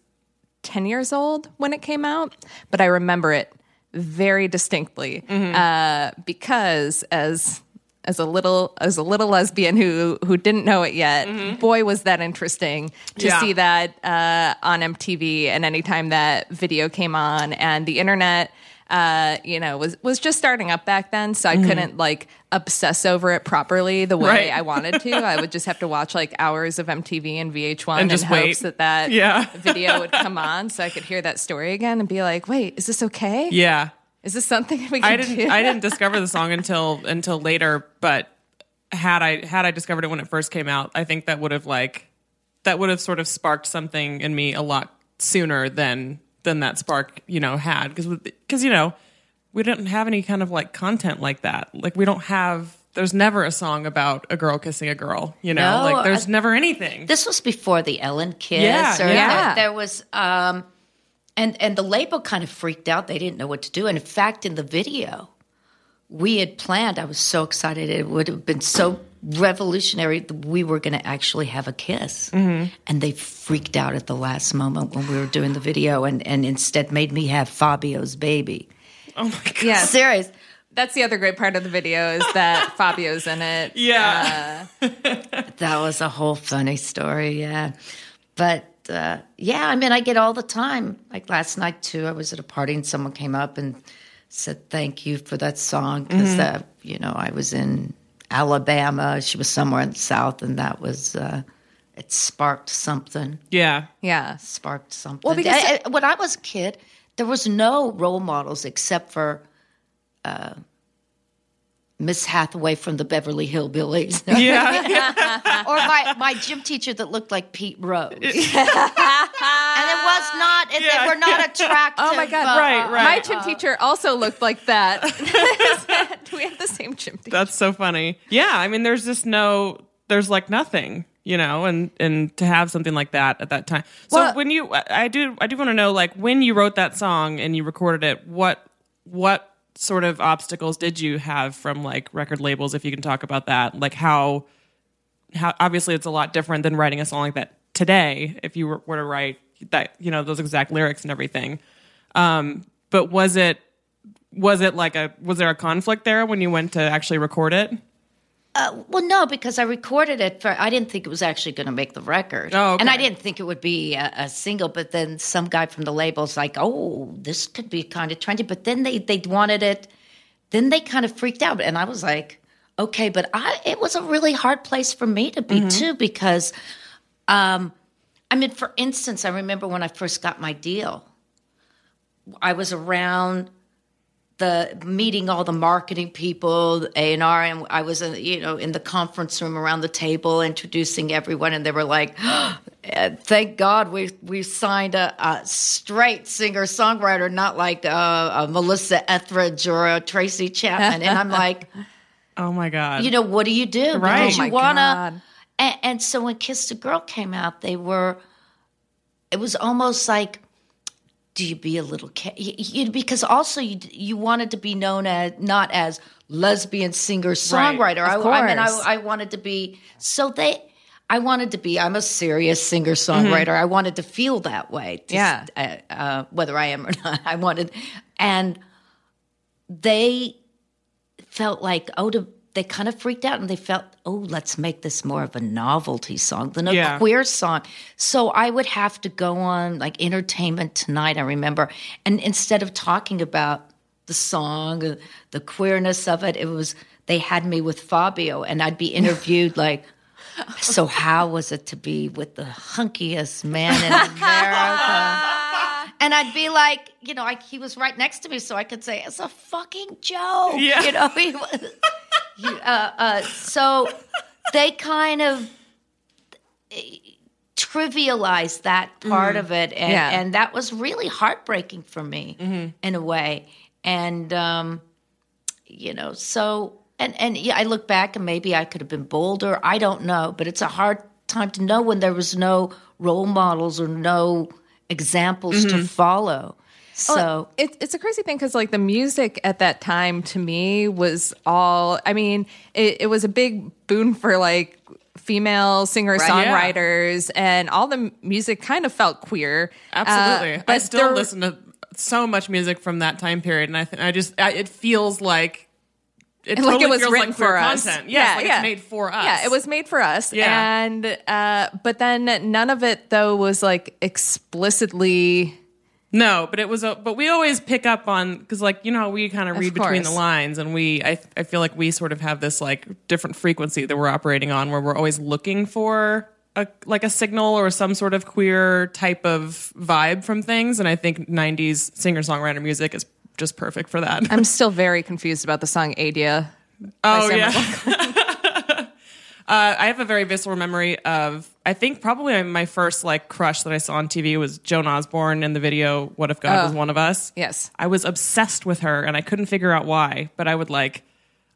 S3: 10 years old when it came out, but I remember it very distinctly uh, because as as a little as a little lesbian who who didn't know it yet, boy was that interesting to
S4: Yeah.
S3: see that uh, on MTV and anytime that video came on and the internet uh, you know was was just starting up back then, so I couldn't like obsess over it properly the way
S4: Mm-hmm. Right.
S3: I wanted to. I would just have to watch like hours of MTV and VH1
S4: And just
S3: in
S4: wait.
S3: hopes that that
S4: Yeah.
S3: video would come on so I could hear that story again and be like, wait, is this okay?
S4: Yeah.
S3: Is this something we can
S4: I didn't
S3: do?
S4: I didn't discover the song until until later, but had I had I discovered it when it first came out, I think that would have like that would have sort of sparked something in me a lot sooner than than that spark, you know, had because because you know, we didn't have any kind of like content like that. Like we don't have there's never a song about a girl kissing a girl, you know?
S2: No,
S4: like there's
S2: I-
S4: never anything.
S2: this was before the Ellen Kiss.
S4: Yeah,
S2: or
S3: yeah.
S2: There, there was, um, and and the label kind of freaked out. They didn't know what to do. And in fact, in the video, we had planned. I was so excited. It would have been so revolutionary. that We were going to actually have a kiss,
S4: Mm-hmm.
S2: and they freaked out at the last moment when we were doing the video, and and instead made me have Fabio's baby.
S4: oh my god.
S3: yeah.
S2: Serious.
S3: That's the other great part of the video is that Fabio's in it.
S4: Yeah.
S2: that was a whole funny story. Yeah. But uh, yeah, I mean, I get all the time. Like last night, too, I was at a party and someone came up and said thank you for that song because
S3: Mm-hmm.
S2: that you know I was in Alabama. She was somewhere in the South, and that was uh, it sparked something.
S4: Yeah.
S3: Yeah.
S2: Sparked something.
S3: Well, because-
S2: I- I- when I was a kid, there was no role models except for. Uh, Miss Hathaway from the Beverly Hillbillies,
S4: Yeah.
S2: or my, my gym teacher that looked like Pete Rose, and it was not. It,
S4: Yeah,
S2: they were not attractive.
S3: Oh my God.
S2: uh,
S4: Right, right.
S3: My gym teacher also looked like that. Do we have the same gym teacher?
S4: That's so funny. Yeah, I mean, there's just no, there's like nothing, you know, and and to have something like that at that time. So
S3: Well-
S4: when you, I- I do, I do want to know, like, when you wrote that song and you recorded it, what, what sort of obstacles did you have from like record labels, if you can talk about that, like how, how obviously it's a lot different than writing a song like that today. If you were, were to write that, you know, those exact lyrics and everything. Um, but was it was it like a was there a conflict there when you went to actually record it
S2: Well, no, because I recorded it for. I didn't think it was actually going to make the record,
S4: Oh, okay.
S2: and I didn't think it would be a, a single. But then some guy from the label's like, "Oh, this could be kind of trendy." But then they they wanted it. Then they kind of freaked out, and I was like, "Okay," but I it was a really hard place for me to
S4: Mm-hmm.
S2: be too because, um, I mean, for instance, I remember when I first got my deal, I was around the meeting all the marketing people a and r and i was in, you know in the conference room around the table introducing everyone and they were like "Eh, thank god we we signed a, a straight singer songwriter not like uh, a melissa etheridge or a tracy chapman and i'm like
S4: oh my god
S2: you know what do you do
S4: Right.
S2: because
S4: Oh
S2: you
S3: my
S2: wanna
S3: God.
S2: and, and so when kiss the girl came out they were it was almost like do you be a little kid you, because also you you wanted to be known as not as lesbian singer songwriter I,
S3: of
S2: I mean
S3: course.
S2: I, I wanted to be so they i wanted to be i'm a serious singer songwriter i wanted to feel that way to-
S3: Mm-hmm. Yeah.
S2: uh, uh, whether i am or not i wanted and they felt like oh to, they kind of freaked out and they felt oh let's make this more of a novelty song than a
S4: Yeah.
S2: queer song so i would have to go on like entertainment tonight i remember and instead of talking about the song uh, the queerness of it it was they had me with fabio and i'd be interviewed like so how was it to be with the hunkiest man in america and I'd be like, you know, like he was right next to me, so I could say it's a fucking joke.
S4: Yeah.
S2: You know, he was. you- uh, uh, so they kind of eh, trivialized that part of it, and,
S3: Yeah.
S2: and that was really heartbreaking for me in a way. And um, you know, so and and yeah, I look back and maybe I could have been bolder. I don't know, but it's a hard time to know when there was no role models or no examples to follow. So
S3: Well, it, it's a crazy thing because like the music at that time to me was all i mean it, it was a big boon for like female singer songwriters and all the m- music kind of felt queer Uh,
S4: absolutely i
S3: but
S4: still
S3: there-
S4: listen to so much music from that time period and i think i just I, it feels like it
S3: like
S4: totally
S3: it was
S4: feels
S3: written
S4: like queer
S3: for us.
S4: content yeah, like it's made for us
S3: Yeah, it was made for us.
S4: Yeah.
S3: And uh, but then none of it though was like explicitly
S4: no but it was a but we always pick up on because like you know how we kind of read between the
S3: course.
S4: lines and we I, I feel like we sort of have this like different frequency that we're operating on where we're always looking for a like a signal or some sort of queer type of vibe from things and i think 90s singer songwriter music is just perfect for that
S3: I'm still very confused about the song Adia.
S4: Oh
S3: Sam
S4: yeah. uh, I have a very visceral memory of I think probably my first like crush that I saw on TV was Joan Osborne in the video "What If
S3: Oh,
S4: God Was One of Us."
S3: Yes.
S4: I was obsessed with her, and I couldn't figure out why. But I would like.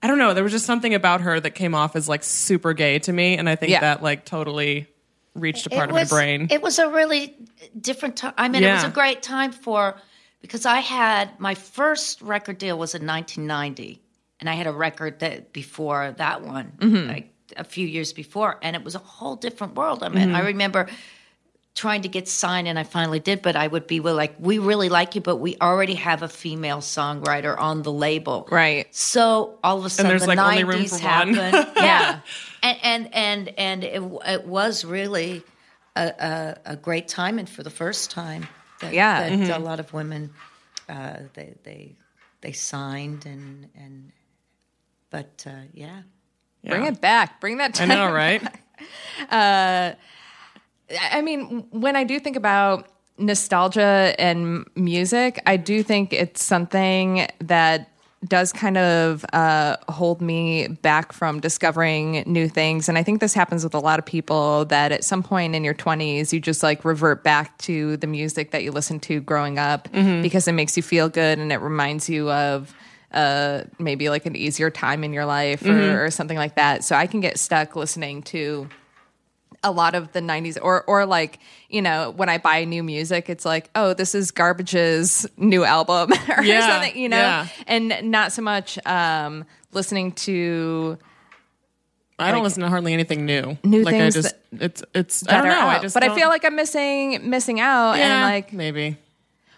S4: I don't know. There was just something about her that came off as like super gay to me, and I think
S3: Yeah.
S4: that like totally reached a part
S2: it
S4: of my
S2: was-
S4: brain.
S2: It was a really different time. I mean, it was
S4: Yeah.
S2: a great time for because I had my first record deal was in 1990, and I had a record that before that one,
S4: Mm-hmm.
S2: like a few years before, and it was a whole different world. I mean,
S4: Mm-hmm.
S2: I remember trying to get signed and I finally did, but I would be well, like, we really like you, but we already have a female songwriter on the label.
S3: Right.
S2: So all of a sudden
S4: there's,
S2: the
S4: like, only
S2: 90s
S4: room for one.
S2: happened. yeah. And, and, and, and it, w- it was really a, a, a great time. And for the first time that,
S4: Mm-hmm.
S3: Yeah.
S2: that a lot of women, uh, they, they they signed and and but uh, yeah.
S3: Bring
S4: Yeah.
S3: it back. Bring that.
S4: I
S3: Time.
S4: know, right?
S3: I mean, when I do think about nostalgia and music, I do think it's something that does kind of uh, hold me back from discovering new things. And I think this happens with a lot of people that at some point in your 20s, you just like revert back to the music that you listened to growing up because it makes you feel good and it reminds you of uh, maybe like an easier time in your life or, or something like that. So I can get stuck listening to a lot of the 90s or or like you know when i buy new music it's like oh this is garbage's new album or
S4: Yeah,
S3: something you know
S4: yeah.
S3: and not so much um listening to
S4: I don't listen to hardly anything new.
S3: New
S4: like
S3: things
S4: I just it's it's I
S3: that
S4: don't
S3: are
S4: know. I
S3: out.
S4: just
S3: but i
S4: don't-
S3: feel like i'm missing missing out
S4: yeah,
S3: and like
S4: maybe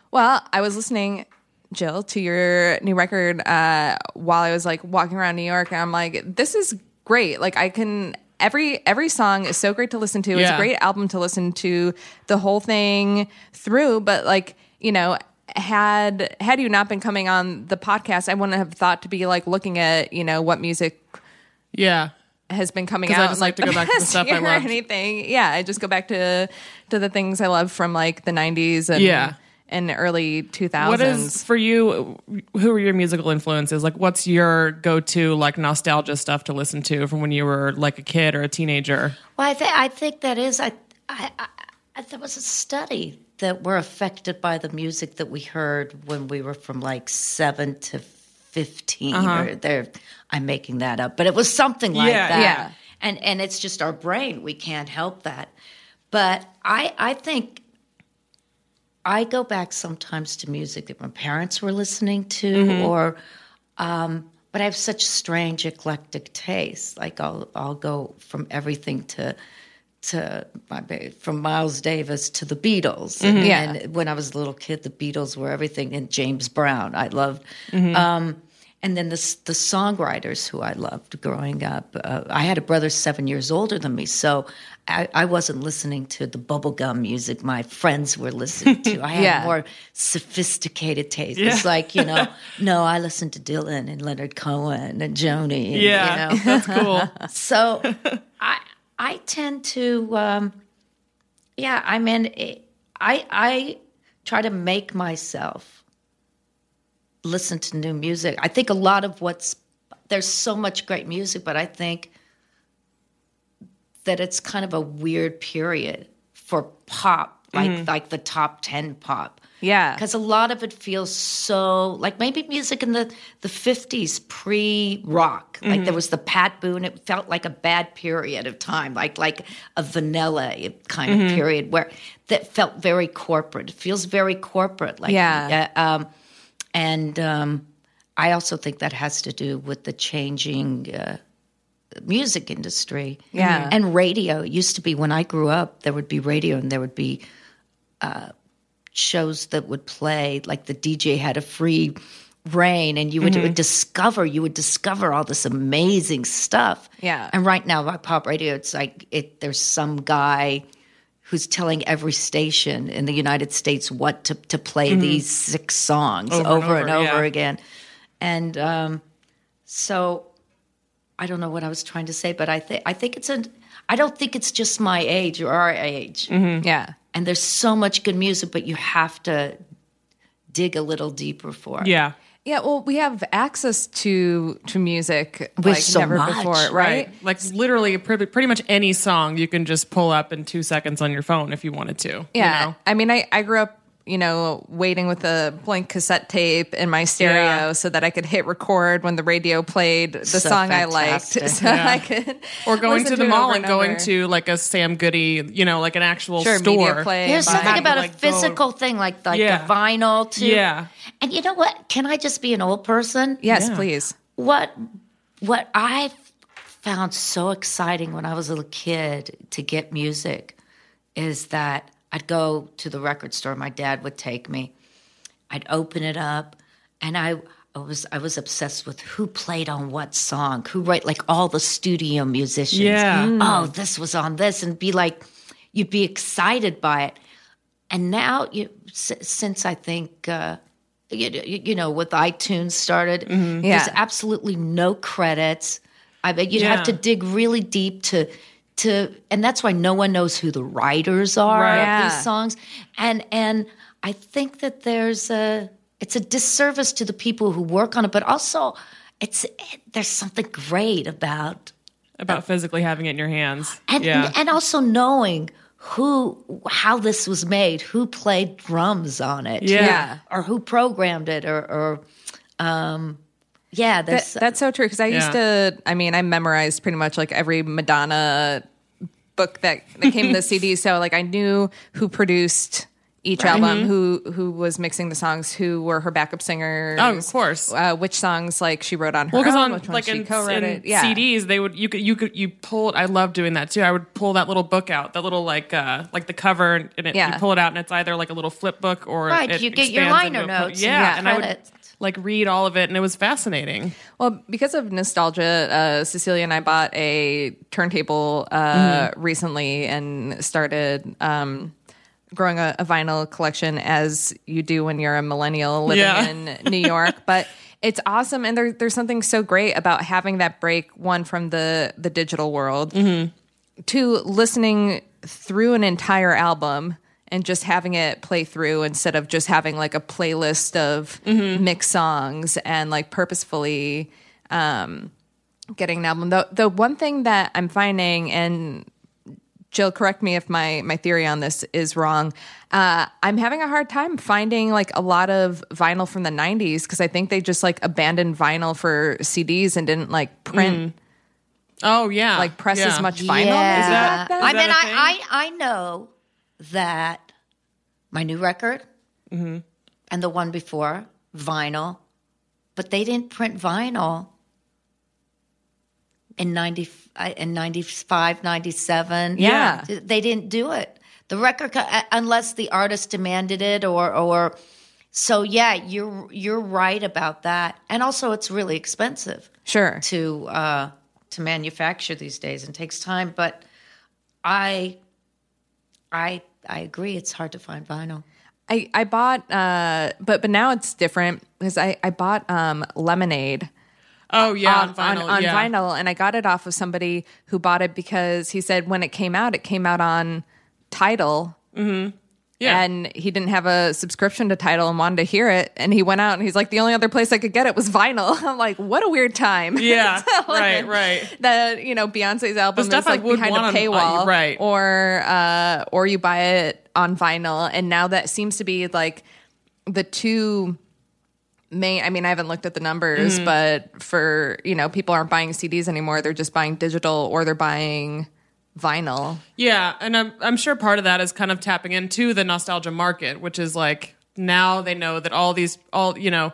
S3: well i was listening jill to your new record uh while i was like walking around new york and i'm like this is great like i can Every every song is so great to listen to. It's a
S4: Yeah.
S3: great album to listen to the whole thing through but like you know had had you not been coming on the podcast i wouldn't have thought to be like looking at you know what music
S4: yeah.
S3: has been coming
S4: 'Cause I
S3: out
S4: just
S3: in,
S4: like to go
S3: the
S4: back to the
S3: past
S4: stuff I
S3: year or
S4: loved.
S3: anything yeah i just go back to to the things i love from like the 90s and
S4: Yeah.
S3: and early 2000s
S4: What is for you? Who are your musical influences? Like, what's your go-to like nostalgia stuff to listen to from when you were like a kid or a teenager?
S2: Well, I, th- I think that is. I, I, I, I, there was a study that we're affected by the music that we heard when we were from like seven to 15 or there. I'm making that up, but it was something like
S4: Yeah,
S2: that.
S3: yeah.
S2: And and it's just our brain. We can't help that. But I I think I go back sometimes to music that my parents were listening to or but I have such strange eclectic tastes. Like I'll I'll go from everything to to my ba- from Miles Davis to the Beatles. And,
S3: Yeah.
S2: and when I was a little kid, the Beatles were everything, and James Brown I loved. Um, and then the s- the songwriters who I loved growing up. Uh, I had a brother seven years older than me, so I, I wasn't listening to the bubblegum music my friends were listening to. I had
S3: Yeah.
S2: more sophisticated taste. It's like, you know, no, I listened to Dylan and Leonard Cohen and Joni. and,
S4: Yeah,
S2: You know?
S4: that's cool.
S2: So I I tend to um yeah, I mean it- I I try to make myself listen to new music. I think a lot of what's there's so much great music, but I think that it's kind of a weird period for pop, like like the top 10 pop
S3: yeah
S2: because a lot of it feels so like maybe music in the the fifties pre rock. Like there was the Pat Boone. It felt like a bad period of time, like like a vanilla kind of period where that felt very corporate. It feels very corporate. Like
S3: Yeah.
S2: uh, um, and um, I also think that has to do with the changing. Uh, music industry
S3: Yeah.
S2: and radio it used to be when i grew up there would be radio and there would be uh, shows that would play like the dj had a free reign and you would,
S3: Mm-hmm.
S2: would discover you would discover all this amazing stuff
S3: Yeah.
S2: and right now by pop radio it's like it there's some guy who's telling every station in the united states what to, to play these six songs over,
S4: and
S2: and over,
S4: Mm-hmm. over, yeah.
S2: again and um, so i don't know what i was trying to say but i think i think it's a i don't think it's just my age or our age
S4: Mm-hmm. Mm.
S3: yeah
S2: and there's so much good music, but you have to dig a little deeper for it.
S4: Yeah,
S3: Yeah, well, we have access to to music
S2: With
S3: like
S2: so
S3: never
S2: much,
S3: before, right?
S4: right. Like literally, pretty, pretty much any song you can just pull up in two seconds on your phone if you wanted to.
S3: Yeah,
S4: you know?
S3: I mean, I I grew up, you know, waiting with a blank cassette tape in my stereo
S4: Yeah.
S3: so that I could hit record when the radio played the
S2: So
S3: song I
S2: fantastic.
S3: liked, so I could.
S4: or going
S3: listen
S4: to the
S3: it
S4: mall
S3: over
S4: and going
S3: over.
S4: to like a Sam Goody, you know, like an actual
S3: sure
S4: store.
S3: media play.
S2: There's
S3: and
S2: something
S3: buy.
S2: about a
S4: Like, go-
S2: physical thing, like like
S4: Yeah.
S2: the vinyl too.
S4: Yeah.
S2: And you know what? Can I just be an old person?
S3: yes,
S4: Yeah.
S3: please.
S2: What what I f- found so exciting when I was a little kid to get music is that I'd go to the record store. My dad would take me. I'd open it up, and I, I was I was obsessed with who played on what song, who write like all the studio musicians.
S4: Yeah.
S2: Oh, this was on this, and be like, you'd be excited by it. And now, you, s- since I think uh, you, you you know, with iTunes started.
S4: Mm-hmm.
S3: Yeah.
S2: There's absolutely no credits. I bet you'd
S4: Yeah.
S2: have to dig really deep to to and that's why no one knows who the writers are
S4: Right.
S2: of
S3: Yeah.
S2: these songs. And and I think that there's a it's a disservice to the people who work on it, but also it's it, there's something great about
S4: about physically having it in your hands.
S2: and
S4: yeah.
S2: and also knowing who how this was made, who played drums on it,
S4: Yeah.
S3: Yeah.
S2: or who programmed it, or or um, yeah,
S3: That-
S2: there's
S3: that's so true because I used
S4: uh, Yeah.
S3: to. I mean, I memorized pretty much like every Madonna book that that came to the CD. So like I knew who produced each album,
S4: Mm-hmm.
S3: who who was mixing the songs, who were her backup singers.
S4: Oh, of course.
S3: Uh, which songs like she wrote on her
S4: Well, because
S3: own,
S4: on
S3: which ones
S4: like
S3: she
S4: in,
S3: co-wrote
S4: in
S3: it. Yeah.
S4: CDs, they would you could you could you pulled. I love doing that too. I would pull that little book out, that little like uh like the cover, and it,
S3: Yeah.
S4: you pull it out, and it's either like a little flip book or
S2: Right,
S4: It
S2: you get your
S4: expands into
S2: liner
S4: a po-
S2: notes and
S4: Yeah,
S2: your
S4: and I would
S2: credits.
S4: like read all of it, and it was fascinating.
S3: Well, because of nostalgia, uh, Cecilia and I bought a turntable uh, recently and started um, growing a, a vinyl collection, as you do when you're a millennial living
S4: Yeah.
S3: in New York. but it's awesome, and there, there's something so great about having that break one from the the digital world to listening through an entire album and just having it play through instead of just having like a playlist of mixed songs and like purposefully um, getting an album. The the one thing that I'm finding and Jill, correct me if my my theory on this is wrong. Uh, I'm having a hard time finding like a lot of vinyl from the '90s because I think they just like abandoned vinyl for CDs and didn't like print
S4: Oh yeah,
S3: like press as
S4: Mm. Yeah.
S3: much vinyl.
S2: Yeah.
S3: as they
S4: that-
S3: back then.
S4: is
S2: I
S4: that
S2: mean,
S4: a
S2: I, I I know that my new record
S4: Mm-hmm.
S2: and the one before vinyl, but they didn't print vinyl in ninety I- in 95, 97.
S3: Yeah.
S2: they didn't do it. The record co- uh, unless the artist demanded it or or so yeah, you're you're right about that. And also it's really expensive
S3: Sure.
S2: to uh, to manufacture these days and takes time. But I I I agree. It's hard to find vinyl.
S3: I, I bought uh but but now it's different because I, I bought um lemonade
S4: Oh yeah, on,
S3: on,
S4: vinyl.
S3: on, on
S4: yeah.
S3: vinyl and I got it off of somebody who bought it because he said when it came out it came out on title
S4: Yeah.
S3: and he didn't have a subscription to title and wanted to hear it and he went out and he's like the only other place I could get it was vinyl. I'm like, what a weird time.
S4: yeah,
S3: Like,
S4: right, right.
S3: That you know Beyonce's album
S4: stuff
S3: is
S4: I
S3: like
S4: would
S3: behind
S4: want
S3: a
S4: on-
S3: paywall,
S4: uh, right.
S3: Or uh, or you buy it on vinyl, and now that seems to be like the two main. I mean, I haven't looked at the numbers,
S4: Mm.
S3: but for you know, people aren't buying CDs anymore; they're just buying digital or they're buying vinyl.
S4: Yeah, and I'm I'm sure part of that is kind of tapping into the nostalgia market, which is like now they know that all these all you know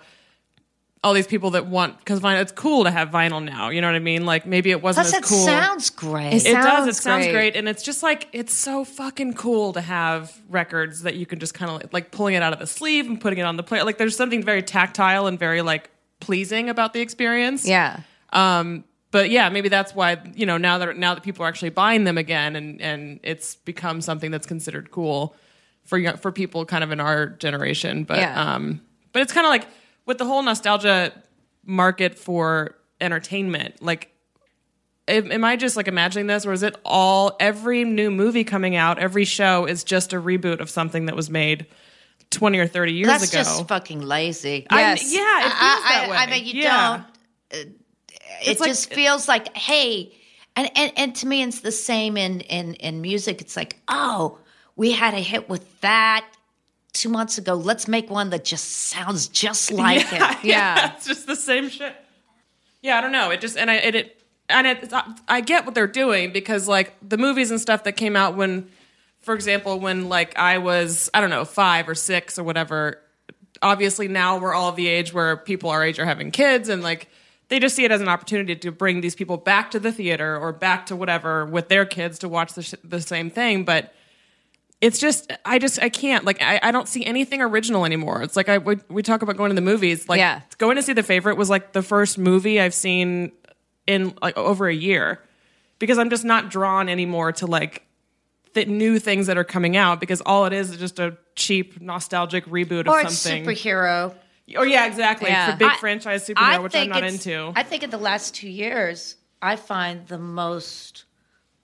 S4: all these people that want because vinyl it's cool to have vinyl now. You know what I mean? Like maybe it wasn't
S2: Plus,
S4: as
S2: it
S4: cool.
S2: sounds great.
S3: It's-
S4: it does. It
S3: Sounds
S4: sounds
S3: great.
S4: great. and it's just like it's so fucking cool to have records that you can just kind of like, like pulling it out of the sleeve and putting it on the player. Like there's something very tactile and very like pleasing about the experience
S3: Yeah,
S4: but yeah, maybe that's why you know now that now that people are actually buying them again, and and it's become something that's considered cool for young, for people kind of in our generation. But
S3: Yeah.
S4: um, but it's kind of like with the whole nostalgia market for entertainment, like. Am am I just like imagining this, or is it all every new movie coming out, every show is just a reboot of something that was made twenty or thirty years
S2: That's
S4: ago?
S2: just fucking lazy.
S4: I'm-
S3: Yes.
S4: yeah,
S2: I-
S4: it feels that
S2: I,
S4: way.
S2: I mean, you
S4: Yeah.
S2: don't. It
S4: like-
S2: just feels like hey, and, and and to me, it's the same in in in music. It's like oh, we had a hit with that. Two months ago, let's make one that just sounds just like it.
S3: yeah.
S4: it's just the same shit. Yeah, I don't know. It just and I it, it and it, I get what they're doing because like the movies and stuff that came out when, for example, when like I was I don't know five or six or whatever. Obviously, now we're all the age where people our age are having kids and like. They just see it as an opportunity to bring these people back to the theater or back to whatever with their kids to watch the, sh- the same thing. But it's just I just I can't like I, I don't see anything original anymore. It's like I we, we talk about going to the movies. Like
S3: Yeah.
S4: going to see the favorite was like the first movie I've seen in like over a year because I'm just not drawn anymore to like the new things that are coming out because all it is is just a cheap nostalgic reboot
S2: or
S4: of
S2: it's
S4: something.
S2: superhero.
S4: Or yeah, exactly.
S3: Yeah.
S4: For big
S2: I-
S4: franchise superhero,
S2: I
S4: which I'm
S2: think
S4: not
S2: it's-
S4: into.
S2: I think in the last two years, I find the most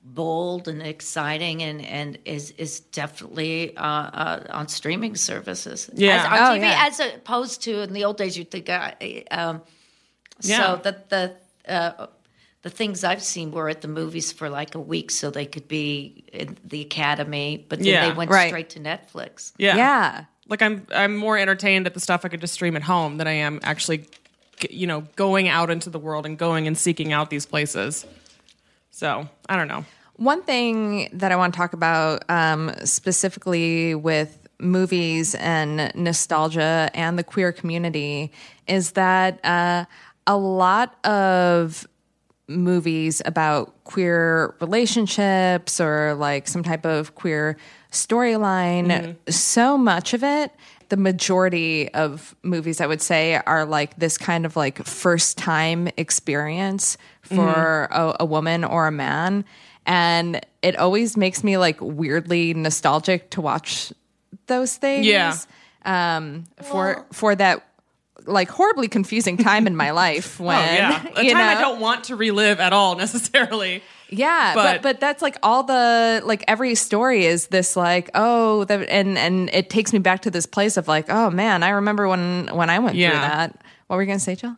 S2: bold and exciting and, and is is definitely uh, uh, on streaming services. As,
S4: Yeah.
S2: on
S3: Oh,
S2: TV
S3: yeah.
S2: as opposed to in the old days, you'd think. Uh, um,
S4: Yeah.
S2: So that the. Uh, the things I've seen were at the movies for like a week, so they could be in the Academy, but then
S4: Yeah.
S2: they went
S3: Right.
S2: straight to Netflix.
S4: yeah.
S3: yeah.
S4: Like I'm I'm more entertained at the stuff I could just stream at home than I am actually g- you know, going out into the world and going and seeking out these places. So, I don't know.
S3: One thing that I want to talk about um, specifically with movies and nostalgia and the queer community is that uh, a lot of movies about queer relationships or like some type of queer storyline,
S4: Mm-hmm.
S3: so much of it, the majority of movies, I would say, are like this kind of like first time experience for
S4: Mm-hmm.
S3: a, a woman or a man. And it always makes me like weirdly nostalgic to watch those things
S4: Yeah.
S3: um, for for that like horribly confusing time in my life when
S4: Oh, yeah. A time
S3: you
S4: I
S3: know?
S4: don't want to relive at all necessarily.
S3: Yeah, but,
S4: But-
S3: but that's like all the like every story is this like oh the, and and it takes me back to this place of like oh man I remember when when I went through
S4: Yeah.
S3: that. What were you gonna say, Jill?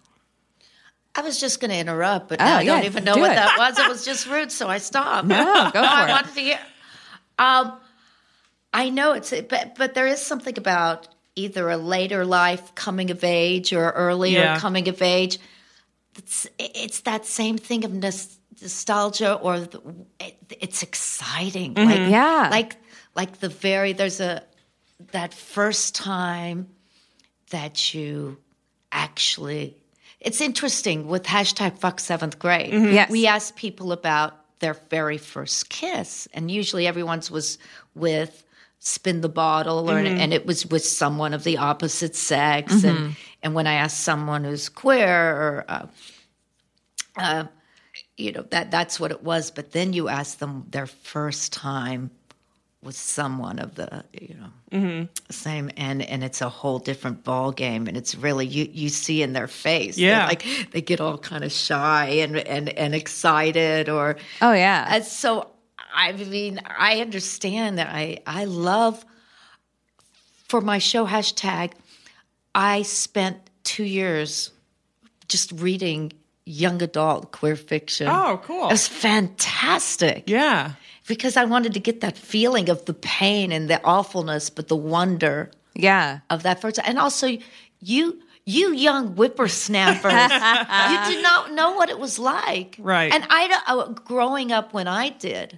S2: I was just going to interrupt, but now
S3: Oh,
S2: I don't
S3: yeah,
S2: even know
S3: do
S2: what
S3: it.
S2: that was. It was just rude, so I stopped.
S3: No, go for
S2: I
S3: it.
S2: wanted to hear. Um, I know it's, but but there is something about either a later life coming of age or earlier
S4: Yeah.
S2: coming of age. It's it's that same thing of nos- nostalgia, or the, it, it's exciting.
S3: Mm-hmm.
S2: Like
S3: Yeah.
S2: like like the very there's a that first time that you actually it's interesting with hashtag fuck seventh grade
S3: Yes.
S2: we asked people about their very first kiss and usually everyone's was with spin the bottle or, and it was with someone of the opposite sex and and when i asked someone who's queer or uh, uh, you know that that's what it was but then you asked them their first time with someone of the you know
S4: Mm-hmm.
S2: same and and it's a whole different ball game and it's really you you see in their face They're
S4: Yeah.
S2: like they get all kind of shy and and and excited or
S3: Oh yeah,
S2: and so i mean i understand that i i love for my show hashtag i spent two years just reading young adult queer fiction
S4: Oh, cool.
S2: it was fantastic
S4: Yeah.
S2: because I wanted to get that feeling of the pain and the awfulness, but the wonder
S3: yeah.
S2: of that first. And also, you you young whippersnappers, you did not know what it was like,
S4: Right.
S2: And I don't- uh, growing up when I did. In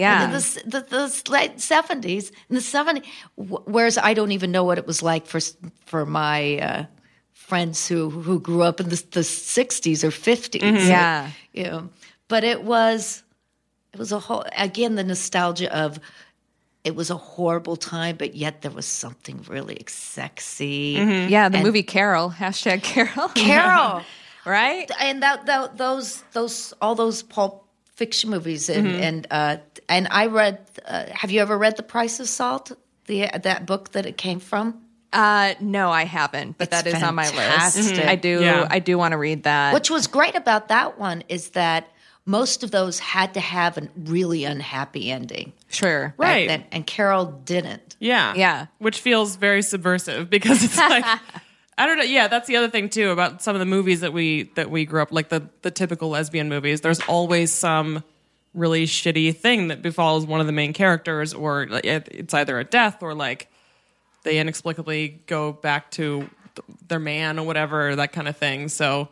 S2: the,
S3: Yeah.
S2: s- the, the late seventies, in the seventies, whereas I don't even know what it was like for s- for my uh, friends who who grew up in the the sixties or 50s
S3: Mm-hmm. Yeah.
S2: you know, but it was it was a whole again the nostalgia of it was a horrible time but yet there was something really sexy
S3: Yeah, the movie Carol, hashtag Carol.
S2: carol
S3: right?
S2: and that, that those those all those pulp fiction movies and
S4: Mm-hmm.
S2: and uh and i read uh, have you ever read the price of salt the that book that it came from
S3: Uh no, I haven't, but
S2: It's
S3: that is on my list.
S2: fantastic.
S3: I do
S4: Yeah.
S3: I do want to read that.
S2: Which was great about that one is that most of those had to have a really unhappy ending.
S3: sure.
S2: back
S4: Right.
S2: then, and Carol didn't.
S4: Yeah.
S3: Yeah.
S4: Which feels very subversive because it's like I don't know. Yeah, that's the other thing too about some of the movies that we that we grew up like the the typical lesbian movies. There's always some really shitty thing that befalls one of the main characters or like, it- it's either a death or like they inexplicably go back to th- their man or whatever that kind of thing. So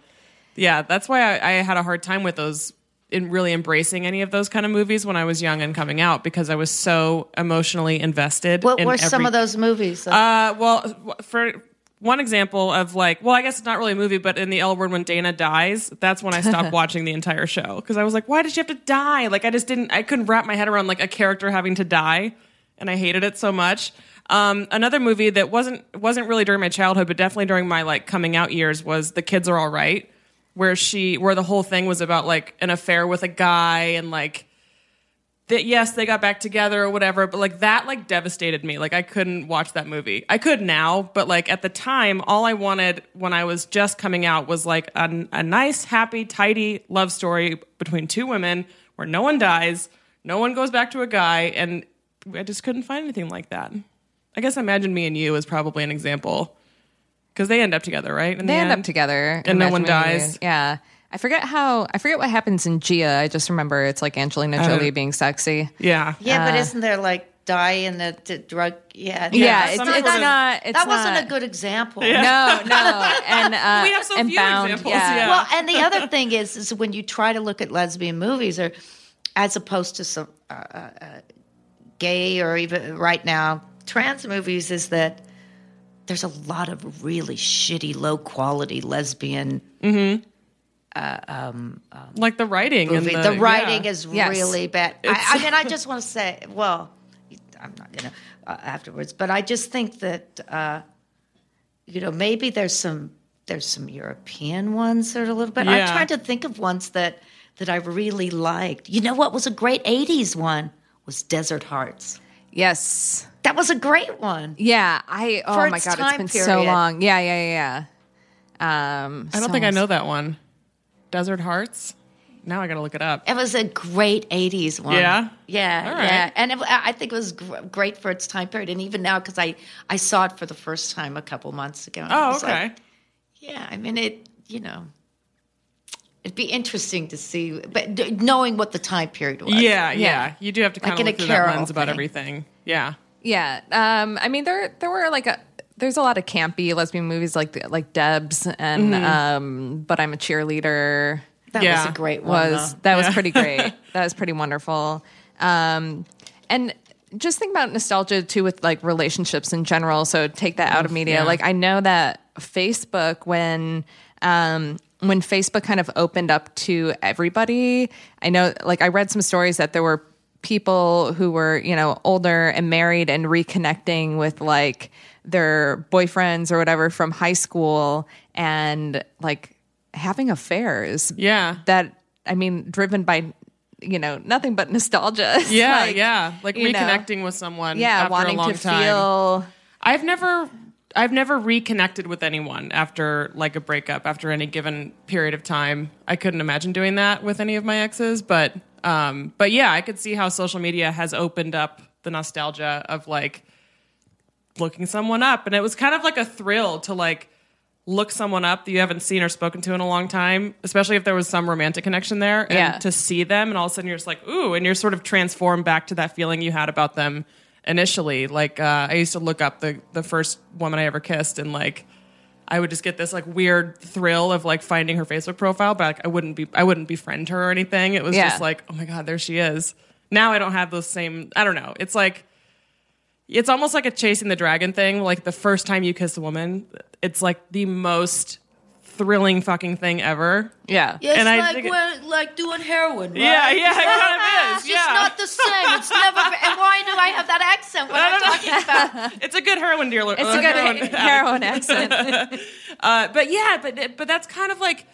S4: yeah, that's why I, I had a hard time with those in really embracing any of those kind of movies when I was young and coming out because I was so emotionally invested.
S2: What
S4: in
S2: were
S4: every-
S2: some of those movies?
S4: Uh, well, for one example of like, well, I guess it's not really a movie, but in the L word when Dana dies, that's when I stopped watching the entire show because I was like, why did she have to die? Like, I just didn't, I couldn't wrap my head around like a character having to die, and I hated it so much. Um, another movie that wasn't wasn't really during my childhood, but definitely during my like coming out years was The Kids Are All Right, where she where the whole thing was about like an affair with a guy and like that yes, they got back together or whatever, but like that like devastated me. Like I couldn't watch that movie. I could now, but like at the time, all I wanted when I was just coming out was like a, a nice, happy, tidy love story between two women where no one dies, no one goes back to a guy, and I just couldn't find anything like that. I guess Imagine Me and You is probably an example because they end up together, right? In
S3: They
S4: the
S3: end up
S4: end?
S3: together,
S4: And no
S3: Imagine
S4: one
S3: What You
S4: dies.
S3: Did. Yeah, I forget how I forget what happens in Gia. I just remember it's like Angelina Jolie being sexy.
S4: Yeah.
S2: Yeah, but isn't there like die in the, the drug? Yeah,
S3: Yeah,
S2: that's
S3: it's,
S4: some
S3: it's
S4: sort of-
S3: not. It's
S2: that wasn't
S3: not-
S2: a good example.
S3: No, no, and uh,
S4: We have so
S3: and
S4: few
S3: bound,
S4: examples, yeah.
S2: Well, and the other thing is, is when you try to look at lesbian movies, or as opposed to some uh, uh, uh, gay or even right now trans movies, is that there's a lot of really shitty, low quality lesbian
S4: Like the writing. and
S2: movie. The, writing
S4: yeah.
S2: is
S3: Yes.
S2: really bad. I, I mean, I just want to say, well, I'm not gonna uh, afterwards, but I just think that uh, you know maybe there's some there's some European ones that are a little bit. I'm
S4: Yeah.
S2: trying to think of ones that that I really liked. You know what was a great '80s one was Desert Hearts.
S3: Yes,
S2: That was a great one.
S3: yeah. I oh
S2: For
S3: my
S2: its
S3: god, it's
S2: time
S3: been so
S2: period.
S3: long. Yeah, yeah, yeah. Um,
S4: I don't think I know that one. Desert Hearts. Now I got to look it up.
S2: It was a great '80s one.
S4: Yeah?
S2: yeah,
S4: All right.
S2: yeah. And it, I think it was gr- great for its time period, and even now because I I saw it for the first time a couple months ago. and I
S4: Oh,
S2: was
S4: okay.
S2: like, yeah, I mean it. You know, it'd be interesting to see, but d- knowing what the time period was.
S4: yeah, yeah,
S3: yeah.
S4: You do have to kind
S2: in
S4: of
S2: a
S4: look through that
S2: Carol
S4: lens about
S2: thing.
S4: everything. Yeah.
S3: Yeah. Um, I mean, there there were like a there's a lot of campy lesbian movies like like Debs and
S4: Mm-hmm.
S3: um, but I'm a cheerleader
S2: that was
S4: Yeah.
S2: a great one.
S3: was
S2: though.
S3: that was pretty great. that was pretty wonderful. Um, and just think about nostalgia too with like relationships in general. So take that out of media. Like I know that Facebook when um when Facebook kind of opened up to everybody, I know like I read some stories that there were people who were, you know, older and married and reconnecting with like their boyfriends or whatever from high school and like having affairs
S4: Yeah.
S3: that I mean, driven by you know nothing but nostalgia. It's
S4: Yeah, yeah. Like
S3: you know,
S4: reconnecting with someone
S3: yeah,
S4: after
S3: wanting
S4: a long
S3: to
S4: time.
S3: feel.
S4: I've never I've never reconnected with anyone after like a breakup after any given period of time. I couldn't imagine doing that with any of my exes, but um but yeah, I could see how social media has opened up the nostalgia of like looking someone up and it was kind of like a thrill to like look someone up that you haven't seen or spoken to in a long time, especially if there was some romantic connection there and
S3: Yeah.
S4: to see them and all of a sudden you're just like, ooh, and you're sort of transformed back to that feeling you had about them initially. Like uh, I used to look up the the first woman I ever kissed and like I would just get this like weird thrill of like finding her Facebook profile, but like, I wouldn't be I wouldn't befriend her or anything. It was
S3: Yeah.
S4: just like, oh my god, there she is. Now I don't have those same I don't know. It's like it's almost like a chasing the dragon thing. Like the first time you kiss a woman, it's like the most thrilling fucking thing ever.
S3: Yeah,
S2: It's
S4: And I
S2: like
S4: think it-
S2: when- like doing heroin. Right?
S4: Yeah, yeah, it kind of
S2: It's
S4: is.
S2: just
S4: Yeah.
S2: not the same. It's never. And why do I have that accent when I'm talking about?
S4: it's a good heroin dealer.
S3: it's a good heroin accent.
S4: Uh, but yeah, but but that's kind of like.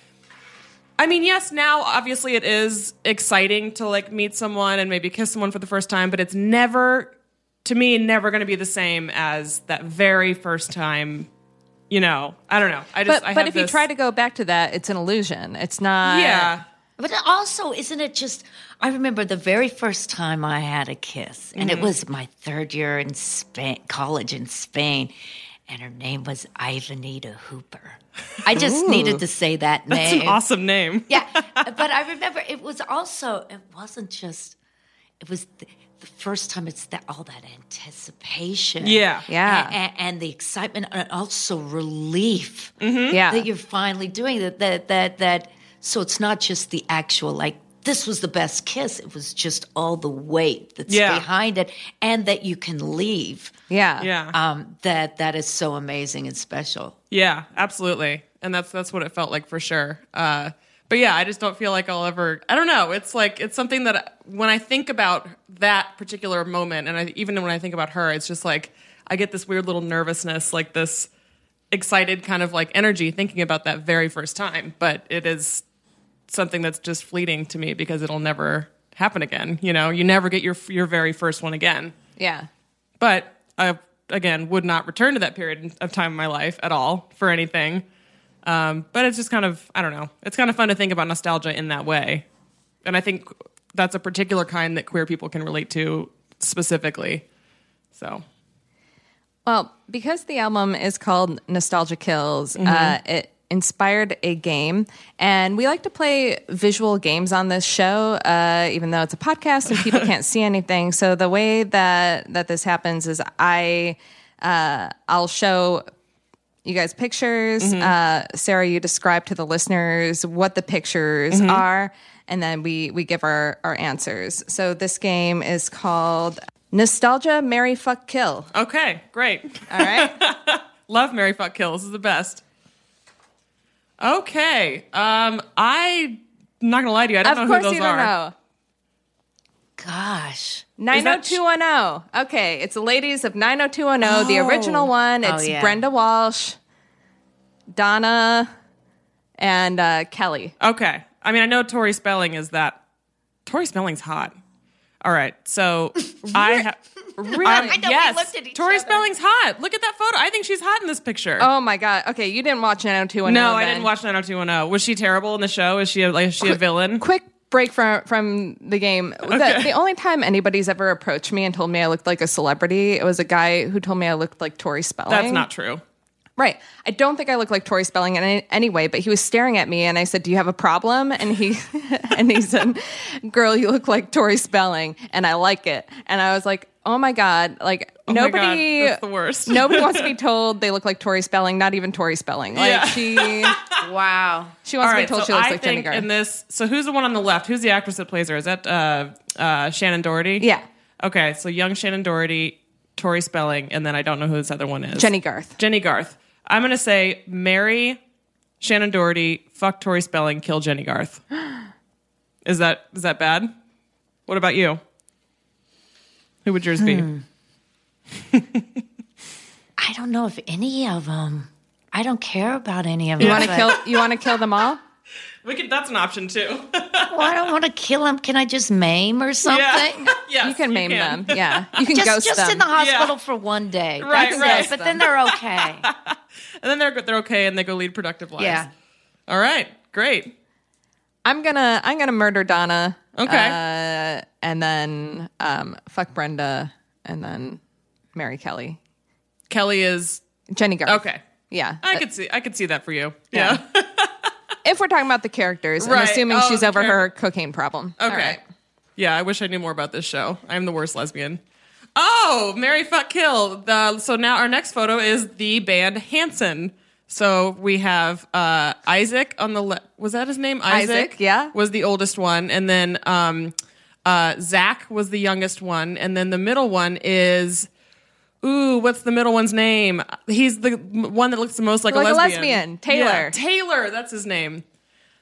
S4: I mean, yes, now obviously it is exciting to like meet someone and maybe kiss someone for the first time, but it's never, to me, never going to be the same as that very first time. You know, I don't know. I just
S3: But
S4: I
S3: but
S4: have
S3: if you
S4: this-
S3: try to go back to that, it's an illusion. It's not.
S4: yeah,
S2: But also, isn't it just? I remember the very first time I had a kiss, and
S4: Mm-hmm.
S2: it was my third year in Spain, college in Spain, and her name was Ivanita Hooper. I just needed to say that
S4: it's an
S2: name.
S4: awesome name.
S2: yeah, but I remember it was also. It wasn't just. It was the, the first time. It's that all that anticipation.
S4: Yeah.
S3: Yeah.
S2: A- a- and, the excitement, and also relief
S4: Mm-hmm.
S3: yeah.
S2: that you're finally doing that that that that so it's not just the actual like this was the best kiss it was just all the weight that's
S4: Yeah.
S2: behind it and that you can leave
S3: yeah,
S4: Yeah.
S2: um that that is so amazing and special
S4: Yeah, absolutely. And that's that's what it felt like for sure. Uh, but yeah, I just don't feel like I'll ever. I don't know. It's like it's something that I- when I think about that particular moment, and I, even when I think about her, it's just like I get this weird little nervousness, like this excited kind of like energy thinking about that very first time. But it is something that's just fleeting to me because it'll never happen again. You know, you never get your your very first one again.
S3: Yeah.
S4: But I again would not return to that period of time in my life at all for anything. Um, but it's just kind of I don't know. It's kind of fun to think about nostalgia in that way, and I think that's a particular kind that queer people can relate to specifically. So
S3: Well, because the album is called Nostalgia Kills, uh, it inspired a game, and we like to play visual games on this show, uh, even though it's a podcast and people can't see anything. So the way that that this happens is I uh, I'll show you guys pictures. Uh, Sarah, you describe to the listeners what the pictures are, and then we we give our our answers. So this game is called. Nostalgia, Mary, Fuck, Kill.
S4: okay, great.
S3: All right.
S4: Love Mary Fuck Kills is the best. Okay. Um, I'm not gonna lie to you. I don't
S3: of
S4: know who
S3: course
S4: those
S3: you
S4: are.
S3: don't know.
S2: Gosh.
S3: 90210. Okay, it's the ladies of 90210,
S4: Oh.
S3: the original one. It's
S2: yeah.
S3: Brenda Walsh, Donna, and uh, Kelly.
S4: Okay. I mean, I know Tori Spelling is that. Tori Spelling's hot. All right. So I have. Really?
S2: I know, we
S4: yes.
S2: looked at each
S4: Tori
S2: other.
S4: Spelling's hot. Look at that photo. I think she's hot in this picture.
S3: Oh my God. Okay, you didn't watch 90210.
S4: no, I
S3: then.
S4: didn't watch 90210. Was she terrible in the show? Is she a, like, is she a villain?
S3: Quick break from, from the game. The, the only time anybody's ever approached me and told me I looked like a celebrity, it was a guy who told me I looked like Tori Spelling.
S4: That's not true. Oh
S3: Right. I don't think I look like Tori Spelling in any, any way, but he was staring at me and I said, "Do you have a problem?" And he and he said, "Girl, you look like Tori Spelling and I like it." And I was like, "Oh my god, like
S4: Oh my God,
S3: nobody
S4: that's the worst.
S3: nobody wants to be told they look like Tori Spelling, not even Tori Spelling. Like
S4: Yeah.
S3: she
S2: Wow.
S3: she
S4: All
S3: wants to be
S4: right.
S3: told
S4: So
S3: she looks
S4: I
S3: like Jenny
S4: think in
S3: Garth.
S4: this. So who's the one on the left? Who's the actress that plays her? Is that uh, uh, Shannon Doherty?
S3: Yeah.
S4: Okay. So young Shannon Doherty, Tori Spelling, and then I don't know who this other one is.
S3: Jenny Garth.
S4: Jenny Garth. I'm going to say marry Shannon Doherty, fuck Tori Spelling, kill Jenny Garth. Is that is that bad? What about you? Who would yours be?
S3: Hmm.
S2: I don't know if any of them. I don't care about any of them.
S3: You want to kill you want to kill them all?
S4: We could. That's an option too.
S2: Well, I don't want to kill them. Can I just maim or something?
S4: yes,
S3: You can maim them. Yeah. You can
S2: Just,
S3: ghost
S2: just
S3: them.
S2: in the hospital
S4: Yeah.
S2: for one day.
S4: Right,
S2: That's
S4: right.
S2: It. But then they're okay.
S4: And then they're good- they're okay, and they go lead productive lives.
S2: yeah.
S4: All right. Great.
S3: I'm going to I'm going to murder Donna.
S4: Okay.
S3: uh, and then um, fuck Brenda, and then Mary Kelly,
S4: Kelly is
S3: Jenny Garth.
S4: okay.
S3: Yeah.
S4: I could see. I could see that for you. Yeah.
S3: if we're talking about the characters, I'm
S4: Right.
S3: assuming
S4: Oh,
S3: she's
S4: the
S3: over
S4: char-
S3: her cocaine problem. All
S4: Okay.
S3: right.
S4: Yeah, I wish I knew more about this show. I'm the worst lesbian. Oh, Mary Fuck Kill. The, so now our next photo is the band Hanson. So we have uh, Isaac on the left. Was that his name?
S3: Isaac, yeah.
S4: Was the oldest one. And then um, uh, Zach was the youngest one. And then the middle one is. Ooh, what's the middle one's name? He's the m- one that looks the most like,
S3: Like
S4: a
S3: a
S4: lesbian.
S3: lesbian, Taylor.
S4: Yeah, Taylor, that's his name.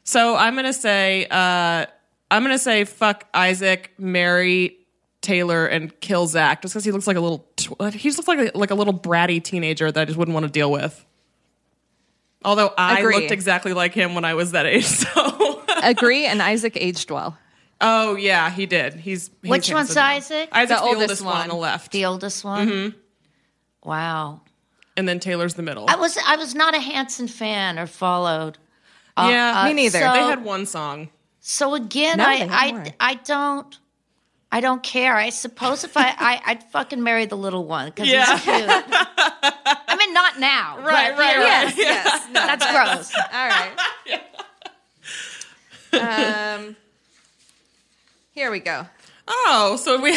S4: So I'm gonna say, uh, I'm gonna say, fuck Isaac, marry Taylor, and kill Zach, just because he looks like a little, tw- he just looks like a, like a little bratty teenager that I just wouldn't want to deal with. Although I
S3: Agree.
S4: looked exactly like him when I was that age, so
S3: Agree, and Isaac aged well.
S4: oh yeah, he did. He's, he's
S2: Which one's
S4: handsome now.
S2: Isaac?
S4: Isaac's
S3: The
S4: the
S3: oldest
S4: oldest, one on
S3: one.
S4: the left,
S2: The oldest one.
S4: Mm-hmm.
S2: Wow.
S4: and then Taylor's the middle.
S2: I was I was not a Hanson fan or followed.
S4: yeah,
S3: me neither.
S2: so-
S4: They had one song.
S2: So again,
S3: No,
S2: I
S3: they have more.
S2: I, I don't I don't care. I suppose if I, I I'd fucking marry the little one because
S4: Yeah.
S2: he's cute. I mean, not now.
S4: Right,
S2: but,
S4: right,
S2: you know,
S4: right.
S3: yes. No,
S2: That's gross.
S3: all right. Um, here we go.
S4: Oh, so we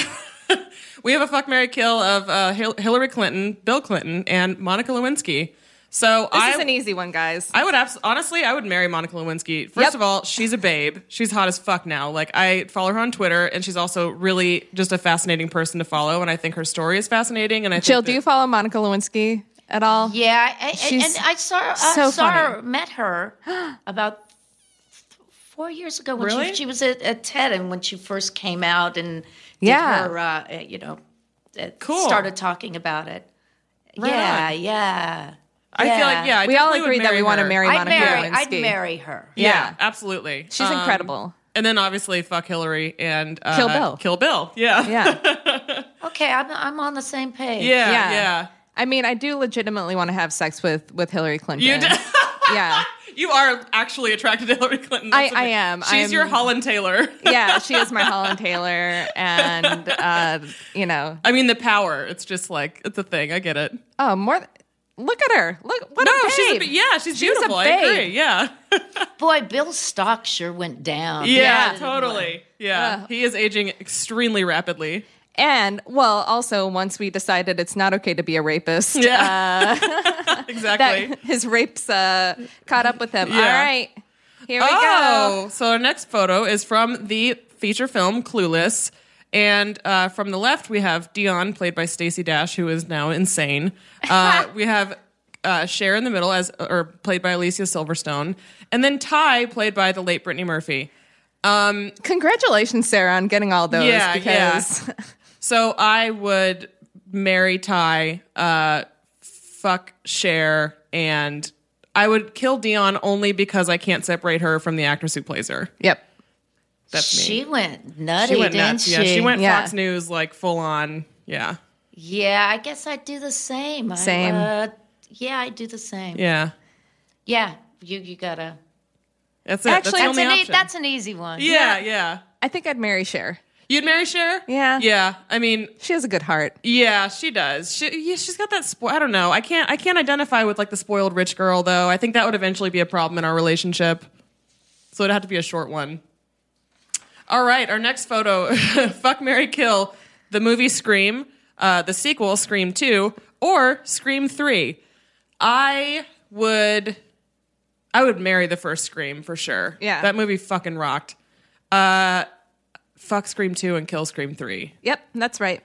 S4: we have a fuck Mary kill of uh, Hil- Hillary Clinton, Bill Clinton, and Monica Lewinsky. So
S3: This
S4: I
S3: is an easy one, guys.
S4: I would abs- honestly I would marry Monica Lewinsky. First
S3: Yep.
S4: of all, she's a babe. She's hot as fuck now. Like I follow her on Twitter, and she's also really just a fascinating person to follow. And I think her story is fascinating. And I
S3: Jill,
S4: think
S3: do
S4: that-
S3: you follow Monica Lewinsky at all?
S2: Yeah, I, I,
S3: She's
S2: and I saw uh,
S3: so
S2: saw her,
S3: funny.
S2: met her about th- four years ago when
S4: Really?
S2: she, she was at, at TED and when she first came out and did
S3: Yeah.
S2: her, uh, you know, uh,
S4: Cool.
S2: started talking about it.
S4: Right
S2: yeah,
S4: on.
S2: yeah.
S4: I feel like yeah, I
S3: We all
S4: definitely would
S3: agree that we
S4: marry
S3: want to
S4: her.
S3: marry
S2: I'd
S3: Monica
S2: marry, I'd
S3: Lewinsky.
S2: marry her.
S4: Yeah,
S3: Yeah.
S4: absolutely.
S3: She's
S4: Um,
S3: incredible.
S4: And then obviously, fuck Hillary and uh,
S3: Kill Bill.
S4: Kill Bill. Yeah.
S3: Yeah.
S2: Okay, I'm, I'm on the same page.
S4: Yeah.
S3: Yeah.
S4: Yeah.
S3: I mean, I do legitimately want to have sex with with Hillary Clinton.
S4: You do-
S3: yeah.
S4: You are actually attracted to Hillary Clinton.
S3: I-
S4: That's
S3: I
S4: amazing.
S3: am.
S4: She's
S3: I'm-
S4: your Holland Taylor.
S3: Yeah, she is my Holland Taylor and uh, you know,
S4: I mean, the power. It's just like, it's a thing. I get it.
S3: oh, more th- Look at her. Look what
S4: no,
S3: a babe.
S4: she's a, ba- yeah, she's, beautiful. I
S3: babe.
S4: agree. Yeah.
S2: Boy, Bill's stock sure went down.
S4: Yeah,
S3: Yeah.
S4: totally. Yeah. he is aging extremely rapidly.
S3: And well, also once we decided it's not okay to be a rapist,
S4: Yeah. Uh,
S3: that
S4: exactly.
S3: his rapes uh, caught up with him.
S4: Yeah.
S3: All right, here we
S4: oh,
S3: go.
S4: so our next photo is from the feature film Clueless. And uh, from the left, we have Dion, played by Stacey Dash, who is now insane. Uh, we have uh, Cher in the middle, as or played by Alicia Silverstone, and then Ty, played by the late Brittany Murphy.
S3: Congratulations, Sarah, on getting all those.
S4: Yeah,
S3: because
S4: So I would marry Ty, uh, fuck Cher, and I would kill Dion only because I can't separate her from the actress who plays her.
S3: yep,
S4: That's me.
S2: She went nutty,
S4: She went
S2: didn't
S4: nuts.
S2: she?
S4: Yeah, she went
S3: Yeah.
S4: Fox News like full on. Yeah,
S2: Yeah, I guess I'd do the same. I
S3: Same.
S2: would- yeah, I'd do the same. Yeah,
S4: yeah.
S2: you you gotta.
S4: That's it.
S3: Actually-
S4: that's
S2: That's an
S4: the only
S2: e-
S4: option.
S2: that's an easy one.
S4: yeah, yeah.
S3: I think I'd marry Cher.
S4: You'd marry Cher?
S3: Yeah.
S4: Yeah. I mean,
S3: She has a good heart.
S4: yeah, she does. She, yeah, she's got that. Spo- I don't know. I can't. I can't identify with like the spoiled rich girl though. I think that would eventually be a problem in our relationship. So it'd have to be a short one. All right, our next photo: Fuck Mary Kill, the movie Scream, uh, the sequel Scream Two, or Scream Three. I would, I would marry the first Scream for sure.
S3: Yeah.
S4: that movie fucking rocked. Uh, fuck Scream Two and kill Scream Three.
S3: Yep, that's right.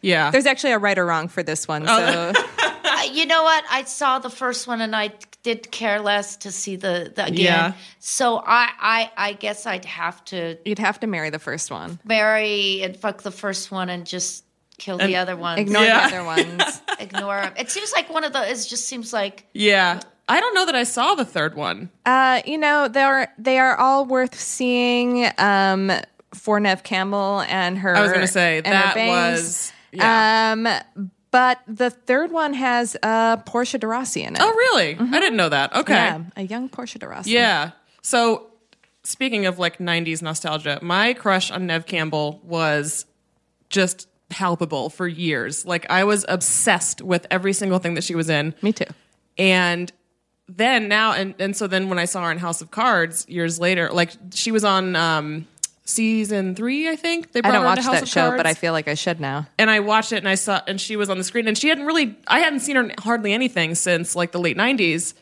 S4: Yeah,
S3: There's actually a right or wrong for this one.
S4: Oh.
S3: So
S2: Uh, you know what? I saw the first one and I did care less to see the, the again.
S4: Yeah.
S2: So I, I I guess I'd have to
S3: you'd have to marry the first one.
S2: marry and fuck the first one and just kill the other one.
S3: Ignore
S4: Yeah.
S3: the other ones.
S2: Ignore 'em. It seems like one of those. It just seems like
S4: yeah. I don't know that I saw the third one.
S3: Uh, you know, they're they are all worth seeing. Um, for Nev Campbell and her,
S4: I was gonna say
S3: and her
S4: that
S3: bangs.
S4: was. Yeah.
S3: Um, but the third one has uh, Portia de Rossi in it.
S4: oh, really? I didn't know that. Okay.
S3: mm-hmm. yeah, a young Portia de Rossi.
S4: Yeah. So speaking of like 90s nostalgia, my crush on Nev Campbell was just palpable for years. Like I was obsessed with every single thing that she was in.
S3: me too.
S4: And then now and, and so then when I saw her in House of Cards years later, like she was on um season 3, I think. They
S3: I
S4: brought
S3: don't
S4: her
S3: watch
S4: into House
S3: that
S4: of
S3: show, but I
S4: Cards
S3: feel like I should now.
S4: and I watched it and I saw and she was on the screen and she hadn't really I hadn't seen her in hardly anything since like the late 90s.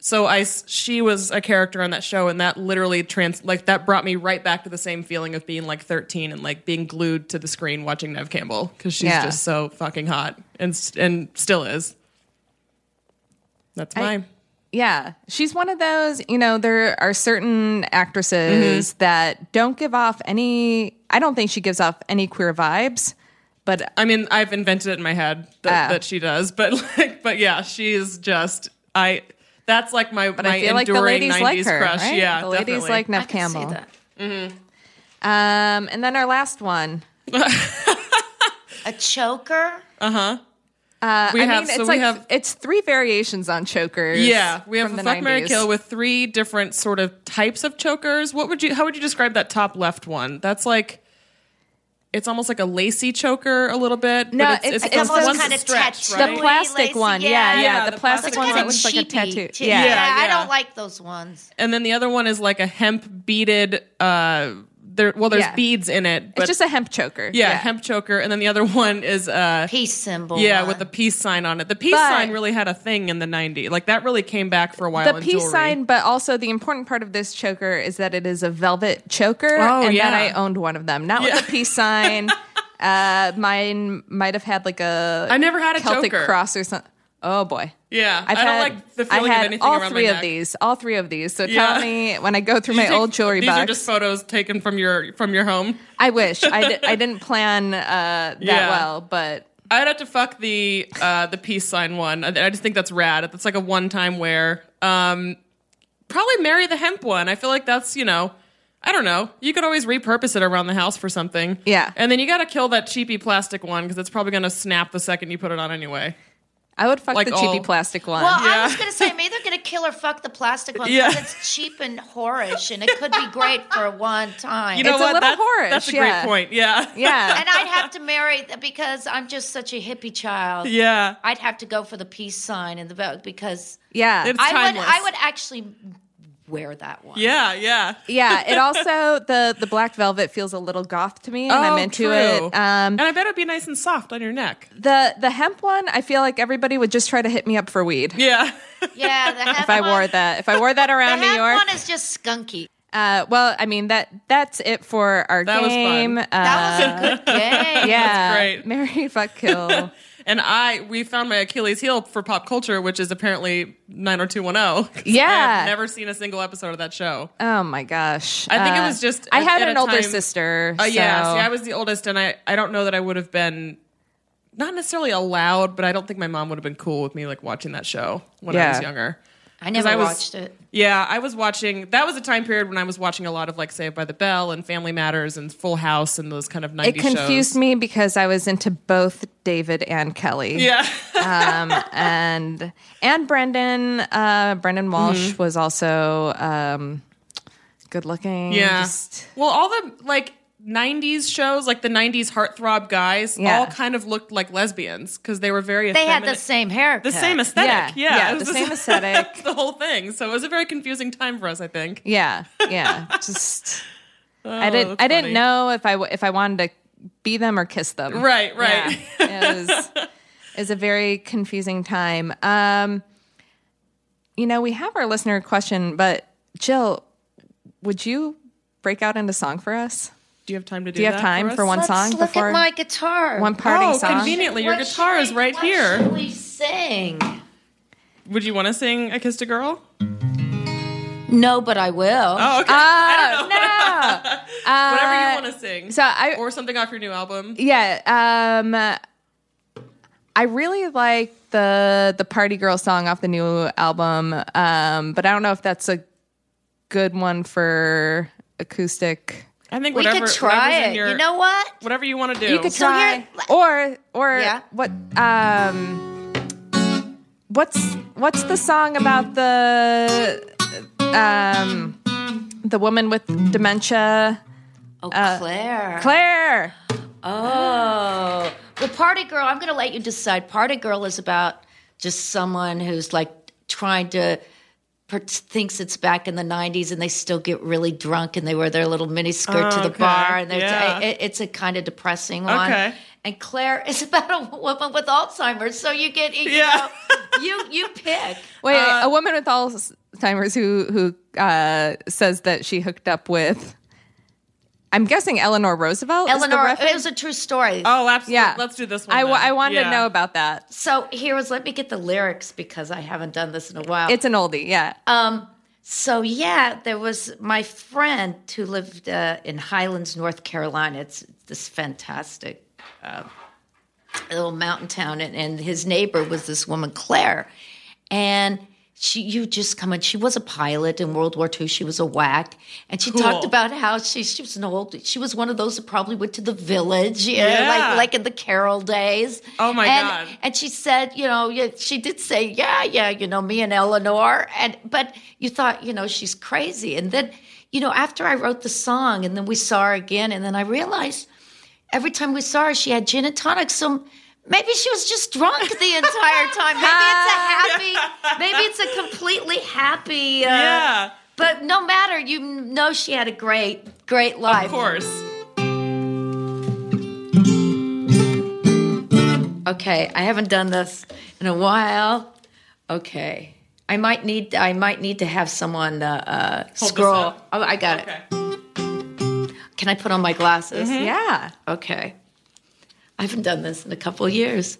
S4: So I s- she was a character on that show and that literally trans like that brought me right back to the same feeling of being like 13 and like being glued to the screen watching Nev Campbell cuz she's
S3: Yeah.
S4: just so fucking hot and s- and still is. That's mine.
S3: Yeah, she's one of those. You know, there are certain actresses
S4: Mm-hmm.
S3: that don't give off any. I don't think she gives off any queer vibes, but
S4: I mean, I've invented it in my head that,
S3: Ah.
S4: that she does, but like, but yeah, she is just I. That's like my my
S3: I feel like the
S4: enduring
S3: ladies
S4: 90s
S3: like her.
S4: crush.
S3: right?
S4: Yeah,
S3: the ladies
S4: definitely.
S3: like
S2: I
S3: Nev
S2: can see
S3: Campbell.
S2: that.
S3: Um, and then our last one.
S2: A choker.
S4: we
S3: I
S4: have
S3: mean,
S4: so
S3: it's
S4: we
S3: like
S4: have
S3: it's three variations on chokers.
S4: yeah we have
S3: from
S4: a
S3: the
S4: fuck Mary
S3: 90s.
S4: kill with three different sort of types of chokers. What would you how would you describe that top left one? That's like it's almost like a lacy choker a little bit.
S3: No,
S4: but it's,
S3: it's-
S4: it's,
S3: it's
S4: the
S3: almost
S4: ones that
S2: kinda
S4: stretch,
S2: tattooed.
S4: right?
S3: the
S2: Really
S3: plastic
S2: lacy,
S3: one. Yeah, yeah,
S2: yeah.
S4: Yeah,
S3: the,
S4: the plastic
S3: plastic,
S2: It's
S3: one
S2: kind
S3: that
S2: of
S3: looks like a tattoo.
S2: cheapy.
S3: Yeah.
S2: Yeah, I
S4: yeah.
S2: don't like those ones.
S4: and then the other one is like a hemp beaded. uh there, well, there's
S3: Yeah.
S4: beads in it, but
S3: it's just a hemp choker.
S4: yeah, hemp choker, and then the other one is uh
S2: Peace symbol.
S4: yeah
S2: one.
S4: with the peace sign on it. The peace
S3: But-
S4: sign really had a thing in the '90s. Like that really came back for a while.
S3: The
S4: in
S3: peace
S4: jewelry.
S3: sign, but also the important part of this choker is that it is a velvet choker,
S4: Oh,
S3: and that
S4: yeah.
S3: I owned one of them, not
S4: Yeah.
S3: with the peace sign. uh, mine might have had like a
S4: I never had a
S3: Celtic
S4: choker.
S3: cross or something. Oh boy.
S4: Yeah,
S3: I've
S4: I do not
S3: had,
S4: like the feeling
S3: I had
S4: of anything
S3: all
S4: around
S3: three
S4: my
S3: of
S4: neck.
S3: these, all three of these. So
S4: Yeah.
S3: tell me when I go through my
S4: You take-
S3: old jewelry
S4: these
S3: box.
S4: are just photos taken from your from your home.
S3: I wish I, di- I didn't plan uh, that
S4: Yeah.
S3: well, but
S4: I'd have to fuck the uh, the peace sign one. I, I just think that's rad. That's like a one time wear. Um, probably marry the hemp one. I feel like that's you know I don't know. You could always repurpose it around the house for something.
S3: Yeah.
S4: And then you got to kill that cheapy plastic one because it's probably going to snap the second you put it on anyway.
S3: I would fuck
S4: Like
S3: the cheapy
S4: all-
S3: plastic one.
S2: Well, I was
S4: Yeah.
S2: going to say I'm either going to kill or fuck the plastic one
S4: Yeah.
S2: because it's cheap and whorish, and it could be great for one time.
S4: You know
S3: It's a
S4: what?
S3: little
S4: that's,
S3: whorish,
S4: that's a
S3: yeah.
S4: great point. Yeah.
S3: yeah.
S2: and I'd have to marry because I'm just such a hippie child.
S4: yeah.
S2: I'd have to go for the peace sign and the vote because
S3: yeah.
S4: It's
S2: I would
S4: timeless.
S2: I would actually wear that one.
S4: Yeah. Yeah.
S3: yeah, it also the the black velvet feels a little goth to me, and I'm
S4: Oh,
S3: into
S4: true.
S3: it. Um,
S4: and I bet it'd be nice and soft on your neck.
S3: the the hemp one, I feel like everybody would just try to hit me up for weed
S4: Yeah.
S2: Yeah, the
S3: if I
S2: hemp
S3: wore
S2: one-
S3: that. If I wore that
S2: The
S3: around New
S2: hemp
S3: York,
S2: one is just skunky.
S3: uh, well, I mean that that's it for our
S4: That was
S3: game.
S4: fun.
S3: Uh,
S2: That was a good game.
S3: yeah,
S4: great.
S3: Mary fuck kill.
S4: and I, we found my Achilles heel for pop culture, which is apparently 90210. I
S3: yeah.
S4: have never seen a single episode of that show.
S3: oh my gosh.
S4: I think it
S3: Uh,
S4: was just
S3: I
S4: at-
S3: had
S4: at
S3: an
S4: a
S3: older
S4: time-
S3: sister.
S4: Uh, yeah,
S3: so-
S4: see, I was the oldest, and I, I don't know that I would have been not necessarily allowed, but I don't think my mom would have been cool with me like watching that show when I was
S3: Yeah.
S4: younger.
S2: I never
S4: I was-
S2: watched it.
S4: Yeah, I was watching. That was a time period when I was watching a lot of like Saved by the Bell and Family Matters and Full House and those kind of
S3: it
S4: ninety shows.
S3: confused me because I was into both David and Kelly.
S4: Yeah,
S3: um, and and Brendan uh, Brendan Walsh
S4: Mm-hmm.
S3: was also um, good looking.
S4: yeah.
S3: Just-
S4: Well, all the like. 90s shows like the 90s heartthrob guys
S3: Yeah.
S4: all kind of looked like lesbians because they were very
S2: They had the
S4: effeminate-
S2: same haircut.
S4: the same aesthetic.
S3: Yeah,
S4: Yeah,
S3: yeah,
S4: it was
S3: the same aesthetic.
S4: the whole thing. So it was a very confusing time for us, I think.
S3: yeah, yeah. Just I
S4: Oh,
S3: didn't
S4: that's
S3: I didn't
S4: funny.
S3: know if I w- if I wanted to be them or kiss them.
S4: Right, right.
S3: Yeah. It was it was a very confusing time. Um, you know, we have our listener question, but Jill, would you break out into song for us?
S4: Do you have time to do?
S3: Do you have
S4: that
S3: time
S4: us?
S3: for one
S2: Let's
S3: song
S2: look
S3: before
S2: at my guitar.
S3: one parting
S4: Oh,
S3: song?
S4: conveniently, your
S2: What should
S4: guitar is
S2: we-
S4: right
S2: what
S4: here.
S2: should we sing?
S4: Would you want to sing "I Kissed a Girl"?
S2: No, but I will.
S4: Oh, okay.
S3: Uh, Oh, no.
S4: Whatever you
S3: uh,
S4: want to sing.
S3: so I-
S4: or something off your new album.
S3: Yeah. Um, I really like the the party girl song off the new album, um, but I don't know if that's a good one for acoustic.
S4: I think
S2: we
S4: whatever.
S2: could try
S4: whatever's
S2: it.
S4: in your-
S2: you know what?
S4: Whatever you want to do.
S3: You could
S2: So
S3: try,
S2: here-
S3: or or
S2: Yeah.
S3: what? Um, what's what's the song about the um the woman with dementia?
S2: Oh, Claire.
S3: Claire.
S2: Oh, well, party girl. I'm going to let you decide. Party girl is about just someone who's like trying to per- thinks it's back in the '90s, and they still get really drunk, and they wear their little mini skirt to the
S4: Oh, Okay,
S2: bar, and they're
S4: yeah.
S2: it- it's a kind of depressing one.
S4: Okay.
S2: And Claire is about a woman with Alzheimer's, so you get you know,
S4: Yeah.
S2: you you pick.
S3: Wait,
S2: Uh,
S3: a woman with Alzheimer's who who uh, says that she hooked up with. I'm guessing Eleanor Roosevelt. is the
S2: Eleanor,
S3: ref-
S2: it was a true story.
S4: Oh, absolutely.
S3: yeah,
S4: Let's do this one.
S3: I, wa-
S4: then.
S3: I wanted
S4: Yeah.
S3: to know about that.
S2: So here was let me get the lyrics because I haven't done this in a while.
S3: It's an oldie. Yeah.
S2: Um, So yeah, there was my friend who lived uh, in Highlands, North Carolina. It's this fantastic uh, little mountain town, and, and his neighbor was this woman Claire, and she you just come in. She was a pilot in World War II. She was a whack, and she talked about how she she was an old. She was one of those that probably went to the village, you know,
S4: Yeah.
S2: like like in the Carol days.
S4: Oh, my
S2: And-
S4: God.
S2: and she said, you know, yeah, she did say, yeah, yeah, you know, me and Eleanor. And but you thought, you know, she's crazy. And then, you know, after I wrote the song, and then we saw her again, and then I realized every time we saw her, she had gin and tonic. So maybe she was just drunk the entire time. Maybe it's a happy. Maybe it's a completely happy. Uh,
S4: Yeah.
S2: But no matter, you know, she had a great, great life.
S4: Of course.
S2: Okay, I haven't done this in a while. Okay, I might need I might need to have someone uh, uh,
S4: this
S2: scroll.
S4: up.
S2: Oh, I got
S4: Okay.
S2: it. Can I put on my glasses?
S3: yeah.
S2: Okay, I haven't done this in a couple of years.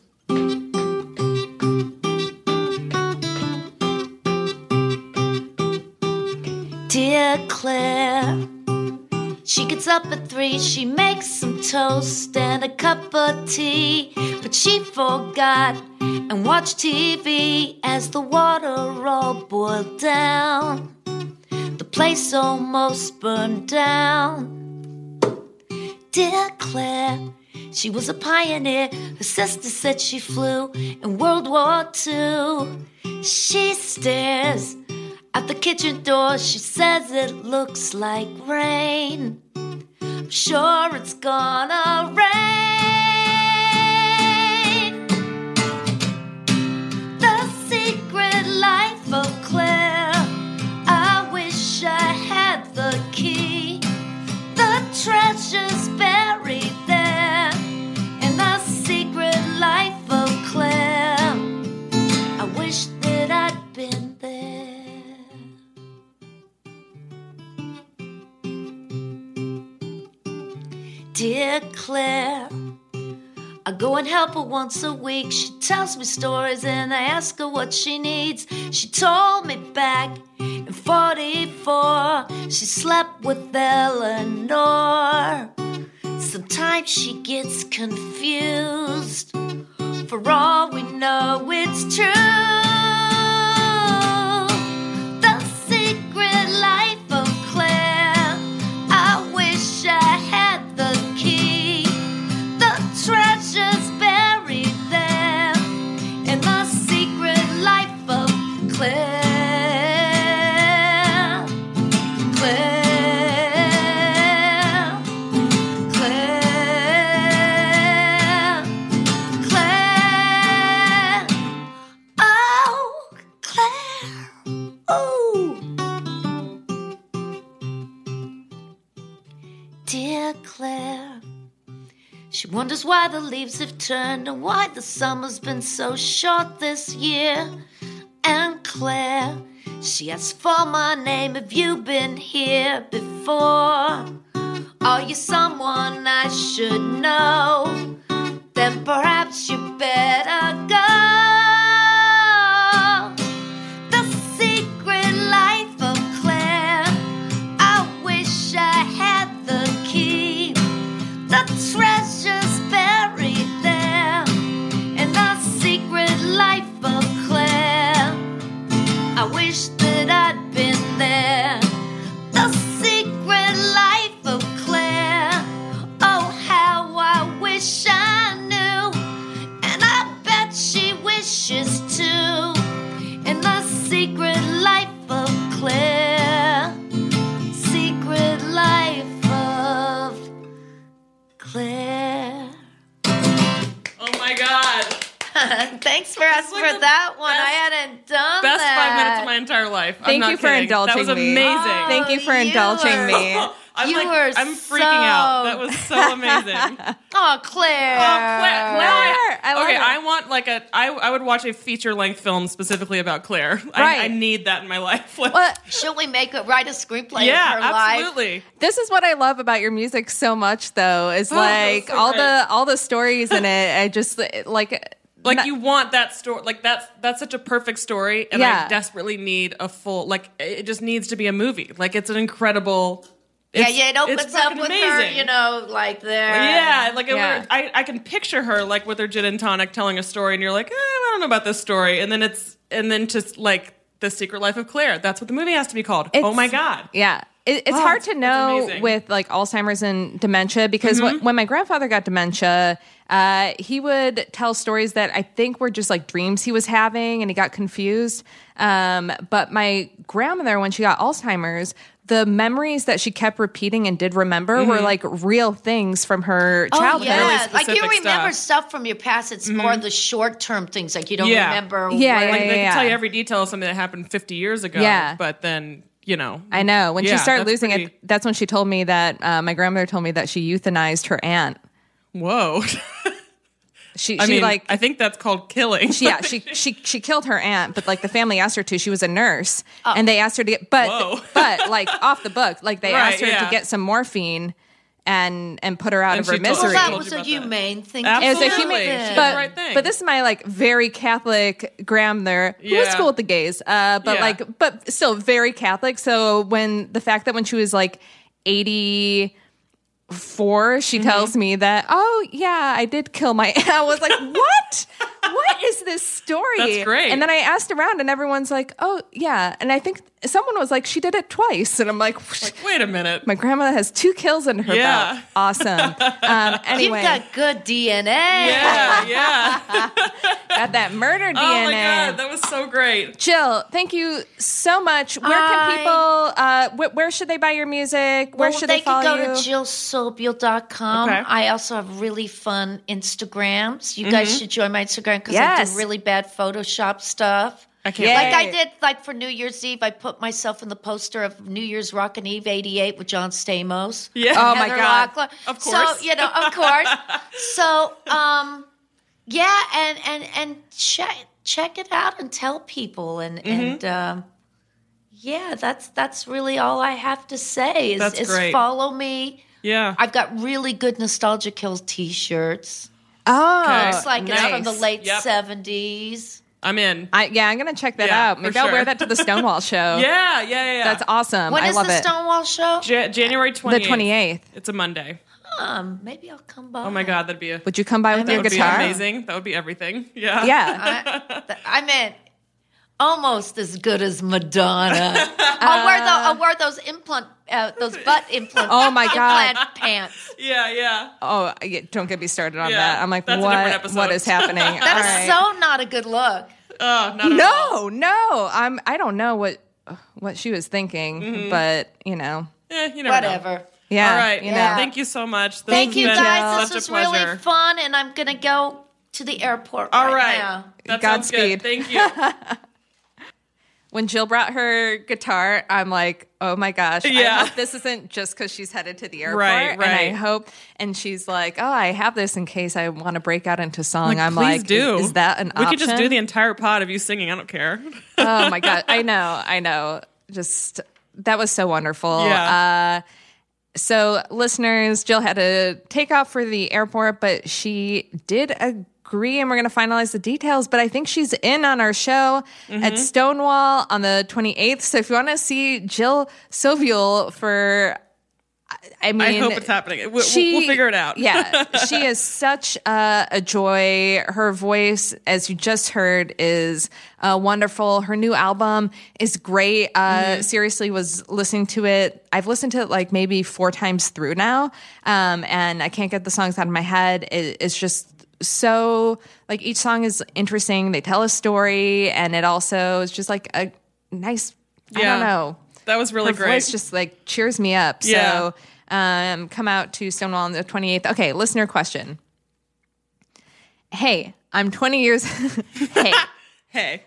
S2: Dear Claire, she gets up at three, she makes some toast and a cup of tea. But she forgot and watched TV as the water all boiled down. The place almost burned down. Declare she was a pioneer. Her sister said she flew in World War II. She stares out the kitchen door. She says it looks like rain. I'm sure it's gonna rain. The secret life of Claire. I wish I had the key. The treasure's buried there in the secret life of Claire. I wish that I'd been there. Dear Claire, I go and help her once a week. She tells me stories and I ask her what she needs. She told me back in 44 she slept with Eleanor. Sometimes she gets confused. For all we know, it's true. The secret life of Claire. I wish I had the key. The treasure's buried there in the secret life of Claire. Claire. Claire. Claire. Oh, Claire. Oh, dear Claire. She wonders why the leaves have turned and why the summer's been so short this year. And Claire, she asks for my name. Have you been here before? Are you someone I should know? Then perhaps you better go. The secret life of Claire. I wish I had the key. The treasure's buried there in the secret life of Claire. I wish that I'd been there. The secret life of Claire. Oh, how I wish I knew. And I bet she wishes to. In the secret life of Claire. Secret life of Claire.
S4: Oh my god.
S2: Thanks for asking for that one. I hadn't done
S4: Best five
S2: that.
S4: minutes of my entire life. I'm
S3: Thank
S4: not
S3: you for
S4: kidding.
S3: indulging
S4: That was
S3: me.
S4: amazing.
S3: Thank you for
S2: Oh, you
S3: indulging
S2: are-
S3: me.
S4: I'm
S2: You
S4: like,
S2: are
S4: I'm freaking
S2: so-
S4: out. That was so amazing.
S2: Oh, Claire.
S4: Oh, Claire. Claire, I-
S3: I love
S4: okay,
S3: her.
S4: I want like a. I I would watch a feature length film specifically about Claire.
S3: Right.
S4: I, I need that in my life.
S3: Well,
S2: Should we make a write a screenplay
S4: yeah,
S2: of her life?
S4: absolutely.
S3: this is what I love about your music so much, though, is
S4: Oh, that's
S3: like
S4: so
S3: all
S4: great.
S3: the all the stories in it. I just like
S4: Like you want that story. Like that's that's such a perfect story, and
S3: Yeah.
S4: I desperately need a full. Like it just needs to be a movie. Like it's an incredible.
S2: Yeah,
S4: it's-
S2: yeah, it
S4: it's
S2: opens up
S4: fucking
S2: with her,
S4: amazing.
S2: you know, like there.
S4: Yeah, like it
S3: Yeah.
S4: I, I can picture her like with her gin and tonic telling a story, and you're like, eh, I don't know about this story, and then it's and then just like the Secret Life of Claire. That's what the movie has to be called. oh
S3: It's-
S4: my god,
S3: Yeah. It, it's
S4: Wow,
S3: hard to
S4: that's
S3: know
S4: amazing. Mm-hmm.
S3: with like Alzheimer's and dementia because when, when my grandfather got dementia, uh, he would tell stories that I think were just like dreams he was having and he got confused. Um, but my grandmother, when she got Alzheimer's, the memories that she kept repeating and did remember
S4: Mm-hmm.
S3: were like real things from her
S2: Oh,
S3: childhood.
S2: yeah. like you
S4: specific
S2: remember
S4: stuff. Mm-hmm.
S2: stuff. from your past. It's more the short term things, like you don't
S4: Yeah.
S2: remember.
S3: Yeah,
S2: where-
S3: yeah,
S4: like
S3: yeah.
S4: they can tell you every detail of something that happened 50 years ago.
S3: Yeah.
S4: but then you know,
S3: I know. When
S4: Yeah,
S3: she started
S4: that's
S3: losing
S4: pretty-
S3: it, that's when she told me that uh, my grandmother told me that she euthanized her aunt.
S4: whoa.
S3: She,
S4: I
S3: she
S4: mean,
S3: like
S4: I think that's called killing.
S3: She- yeah, she she she killed her aunt, but like the family asked her to. She was a nurse, and they asked her to get, but
S4: Oh. Whoa.
S3: but like off the book, like they
S4: Right,
S3: asked her to
S4: yeah.
S3: get some morphine and and put her out
S4: And
S3: of her
S4: she told-
S2: Well,
S3: misery.
S2: that
S4: Told
S2: was
S4: you
S2: a
S4: about that.
S2: humane thing.
S3: It was a
S4: Absolutely.
S3: human,
S4: She did
S3: but
S4: the right thing.
S3: but this is my like very Catholic grandmother who was
S4: Yeah.
S3: cool with the gays, uh, but
S4: Yeah.
S3: like but still very Catholic. So when the fact that when she was like eighty four, she
S4: Mm-hmm.
S3: tells me that oh yeah, I did kill my. I was like what? What is this story?
S4: That's great.
S3: And then I asked around, and everyone's like, "Oh, yeah." And I think someone was like, she did it twice. And I'm like,
S4: Wait a minute.
S3: my grandma has two kills in her
S4: Yeah.
S3: belt. Awesome. Um,
S2: You've
S3: anyway,
S2: got good DNA.
S4: yeah, yeah.
S3: got that murder DNA.
S4: Oh my god, that was so great.
S3: Jill, thank you so much. Where
S2: I-
S3: can people, uh, wh- where should they buy your music? Where
S2: Well,
S3: should
S2: they,
S3: they,
S2: can
S3: follow
S2: go
S3: you?
S2: to jillsobiel.com.
S4: Okay.
S2: I also have really fun Instagrams. You guys should join my Instagram because I
S3: Mm-hmm. Yes.
S2: do really bad Photoshop stuff.
S4: I can't.
S3: Yeah.
S2: Like I
S3: Hey.
S2: did, like for New Year's Eve, I put myself in the poster of New Year's Rockin' Eve '88 with John Stamos.
S4: Yeah.
S3: Oh my
S2: Heather
S3: God.
S2: Locklear.
S4: Of
S2: So
S4: course.
S2: you know, of course. so um, yeah, and and and check check it out and tell people and and um, yeah, that's that's really all I have to say is,
S4: That's
S2: is
S4: great.
S2: follow me.
S4: Yeah.
S2: I've got really good nostalgia kills T-shirts.
S3: Oh,
S4: Okay.
S2: It's like it's from the
S3: nice.
S2: late
S4: Yep.
S2: '70s.
S4: I'm in.
S3: I, yeah, I'm going to check that
S4: Yeah,
S3: out.
S4: for
S3: Maybe I'll wear
S4: sure.
S3: that to the Stonewall show.
S4: Yeah, yeah, yeah. yeah.
S3: That's awesome.
S2: When
S3: I
S2: is
S3: love
S2: the
S3: it.
S2: Stonewall show?
S4: Ja- January 28th.
S3: the 28th.
S4: It's a Monday.
S2: Um, maybe I'll come by.
S4: Oh my god, that'd be a
S3: Would you come by with
S2: That
S3: your
S4: that would
S3: guitar?
S4: be amazing. That would be everything. Yeah.
S3: Yeah.
S2: I, th- I meant almost as good as Madonna. I'll wear the, I'll wear those implant uh, those butt implant.
S3: Oh, my God.
S2: implant pants.
S4: Yeah, yeah.
S3: Oh, yeah, don't get me started on
S4: Yeah,
S3: that. I'm like,
S4: that's a different
S3: what?
S4: episode.
S3: What is happening? All
S2: That is
S3: right.
S2: so not a good look.
S4: Oh, not at all.
S3: no, no. I'm. I don't know what what she was thinking, but you know,
S4: Eh, you never Know.
S2: Whatever.
S3: yeah.
S4: Mm-hmm. all right.
S3: You
S2: Yeah.
S3: know.
S4: Thank you so much. This
S2: Thank
S4: has
S2: you
S4: been
S2: guys.
S4: Such
S2: This was
S4: a pleasure.
S2: really fun, and I'm gonna go to the airport.
S4: All
S2: right.
S4: right.
S2: now.
S4: That sounds good.
S3: Godspeed.
S4: Thank you.
S3: When Jill brought her guitar, I'm like, oh my gosh. I
S4: Yeah.
S3: hope this isn't just because she's headed to the airport.
S4: Right,
S3: And I
S4: right.
S3: hope. And she's like, oh, I have this in case I want to break out into song. I'm
S4: Please
S3: like,
S4: do.
S3: Is, is that an
S4: We
S3: option?
S4: could just do the entire pod of you singing. I don't care.
S3: oh my god i know i know just that was so wonderful
S4: Yeah.
S3: uh so listeners jill had to take off for the airport but she did agree and we're going to finalize the details but i think she's in on our show
S4: Mm-hmm.
S3: at stonewall on the 28th so if you want to see jill soviel for I- I mean,
S4: I hope it's happening. We- We'll, we'll figure it out.
S3: yeah, she is such a, a joy. Her voice, as you just heard, is uh, wonderful. Her new album is great. Uh,
S4: Mm.
S3: Seriously, was listening to it. I've listened to it like maybe four times through now, um, and I can't get the songs out of my head. It, it's just so like each song is interesting. They tell a story, and it also is just like a nice. I
S4: Yeah.
S3: don't know
S4: That was really
S3: her
S4: great.
S3: voice just like cheers me up.
S4: Yeah.
S3: So um, come out to Stonewall on the 28th. Okay, listener question. Hey, I'm 20 years. hey,
S4: hey.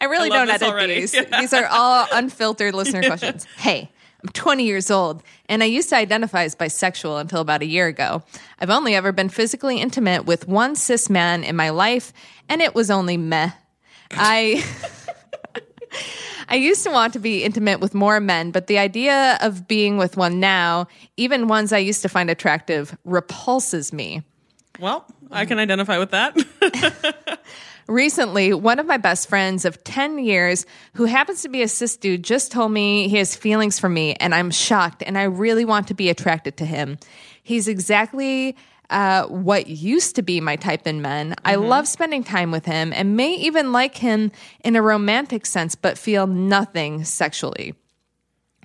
S3: I really
S4: I love
S3: don't
S4: this
S3: edit
S4: already.
S3: these.
S4: Yeah.
S3: These are all unfiltered listener questions. Hey, I'm 20 years old, and I used to identify as bisexual until about a year ago. I've only ever been physically intimate with one cis man in my life, and it was only meh. I. I used to want to be intimate with more men, but the idea of being with one now, even ones I used to find attractive, repulses me.
S4: Well, I can identify with that.
S3: Recently, one of my best friends of 10 years, who happens to be a cis dude, just told me he has feelings for me, and I'm shocked, and I really want to be attracted to him. He's exactly uh, what used to be my type in men. I love spending time with him and may even like him in a romantic sense, but feel nothing sexually.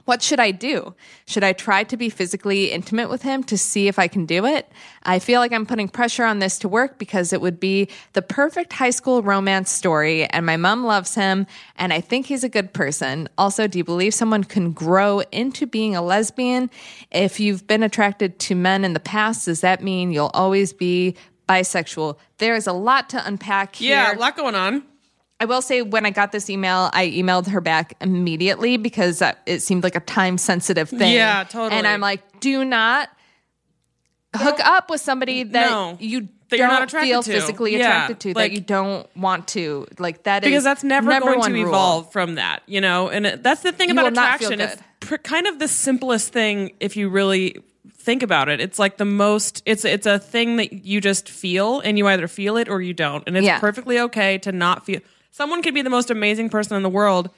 S3: What should I do? Should I try to be physically intimate with him to see if I can do it? I feel like I'm putting pressure on this to work because it would be the perfect high school romance story, and my mom loves him, and I think he's a good person. Also, do you believe someone can grow into being a lesbian? If you've been attracted to men in the past, does that mean you'll always be bisexual? There is a lot to unpack here.
S4: yeah, a lot going on.
S3: I will say when I got this email, I emailed her back immediately because uh, it seemed like a time sensitive thing.
S4: Yeah, totally.
S3: And I'm like, do not hook up with somebody that
S4: No.
S3: you
S4: That
S3: don't
S4: you're not attracted
S3: feel
S4: to.
S3: physically
S4: Yeah,
S3: attracted to,
S4: like-
S3: that you don't want to. Like that is
S4: because that's never
S3: number
S4: going
S3: one
S4: to
S3: rule.
S4: evolve from that, you know. And it, that's the thing
S3: You
S4: about
S3: will not feel
S4: attraction; it's
S3: good.
S4: pr- kind of the simplest thing if you really think about it. It's like the most. It's it's a thing that you just feel, and you either feel it or you don't, and it's
S3: Yeah.
S4: perfectly okay to not feel. Someone could be the most amazing person in the world,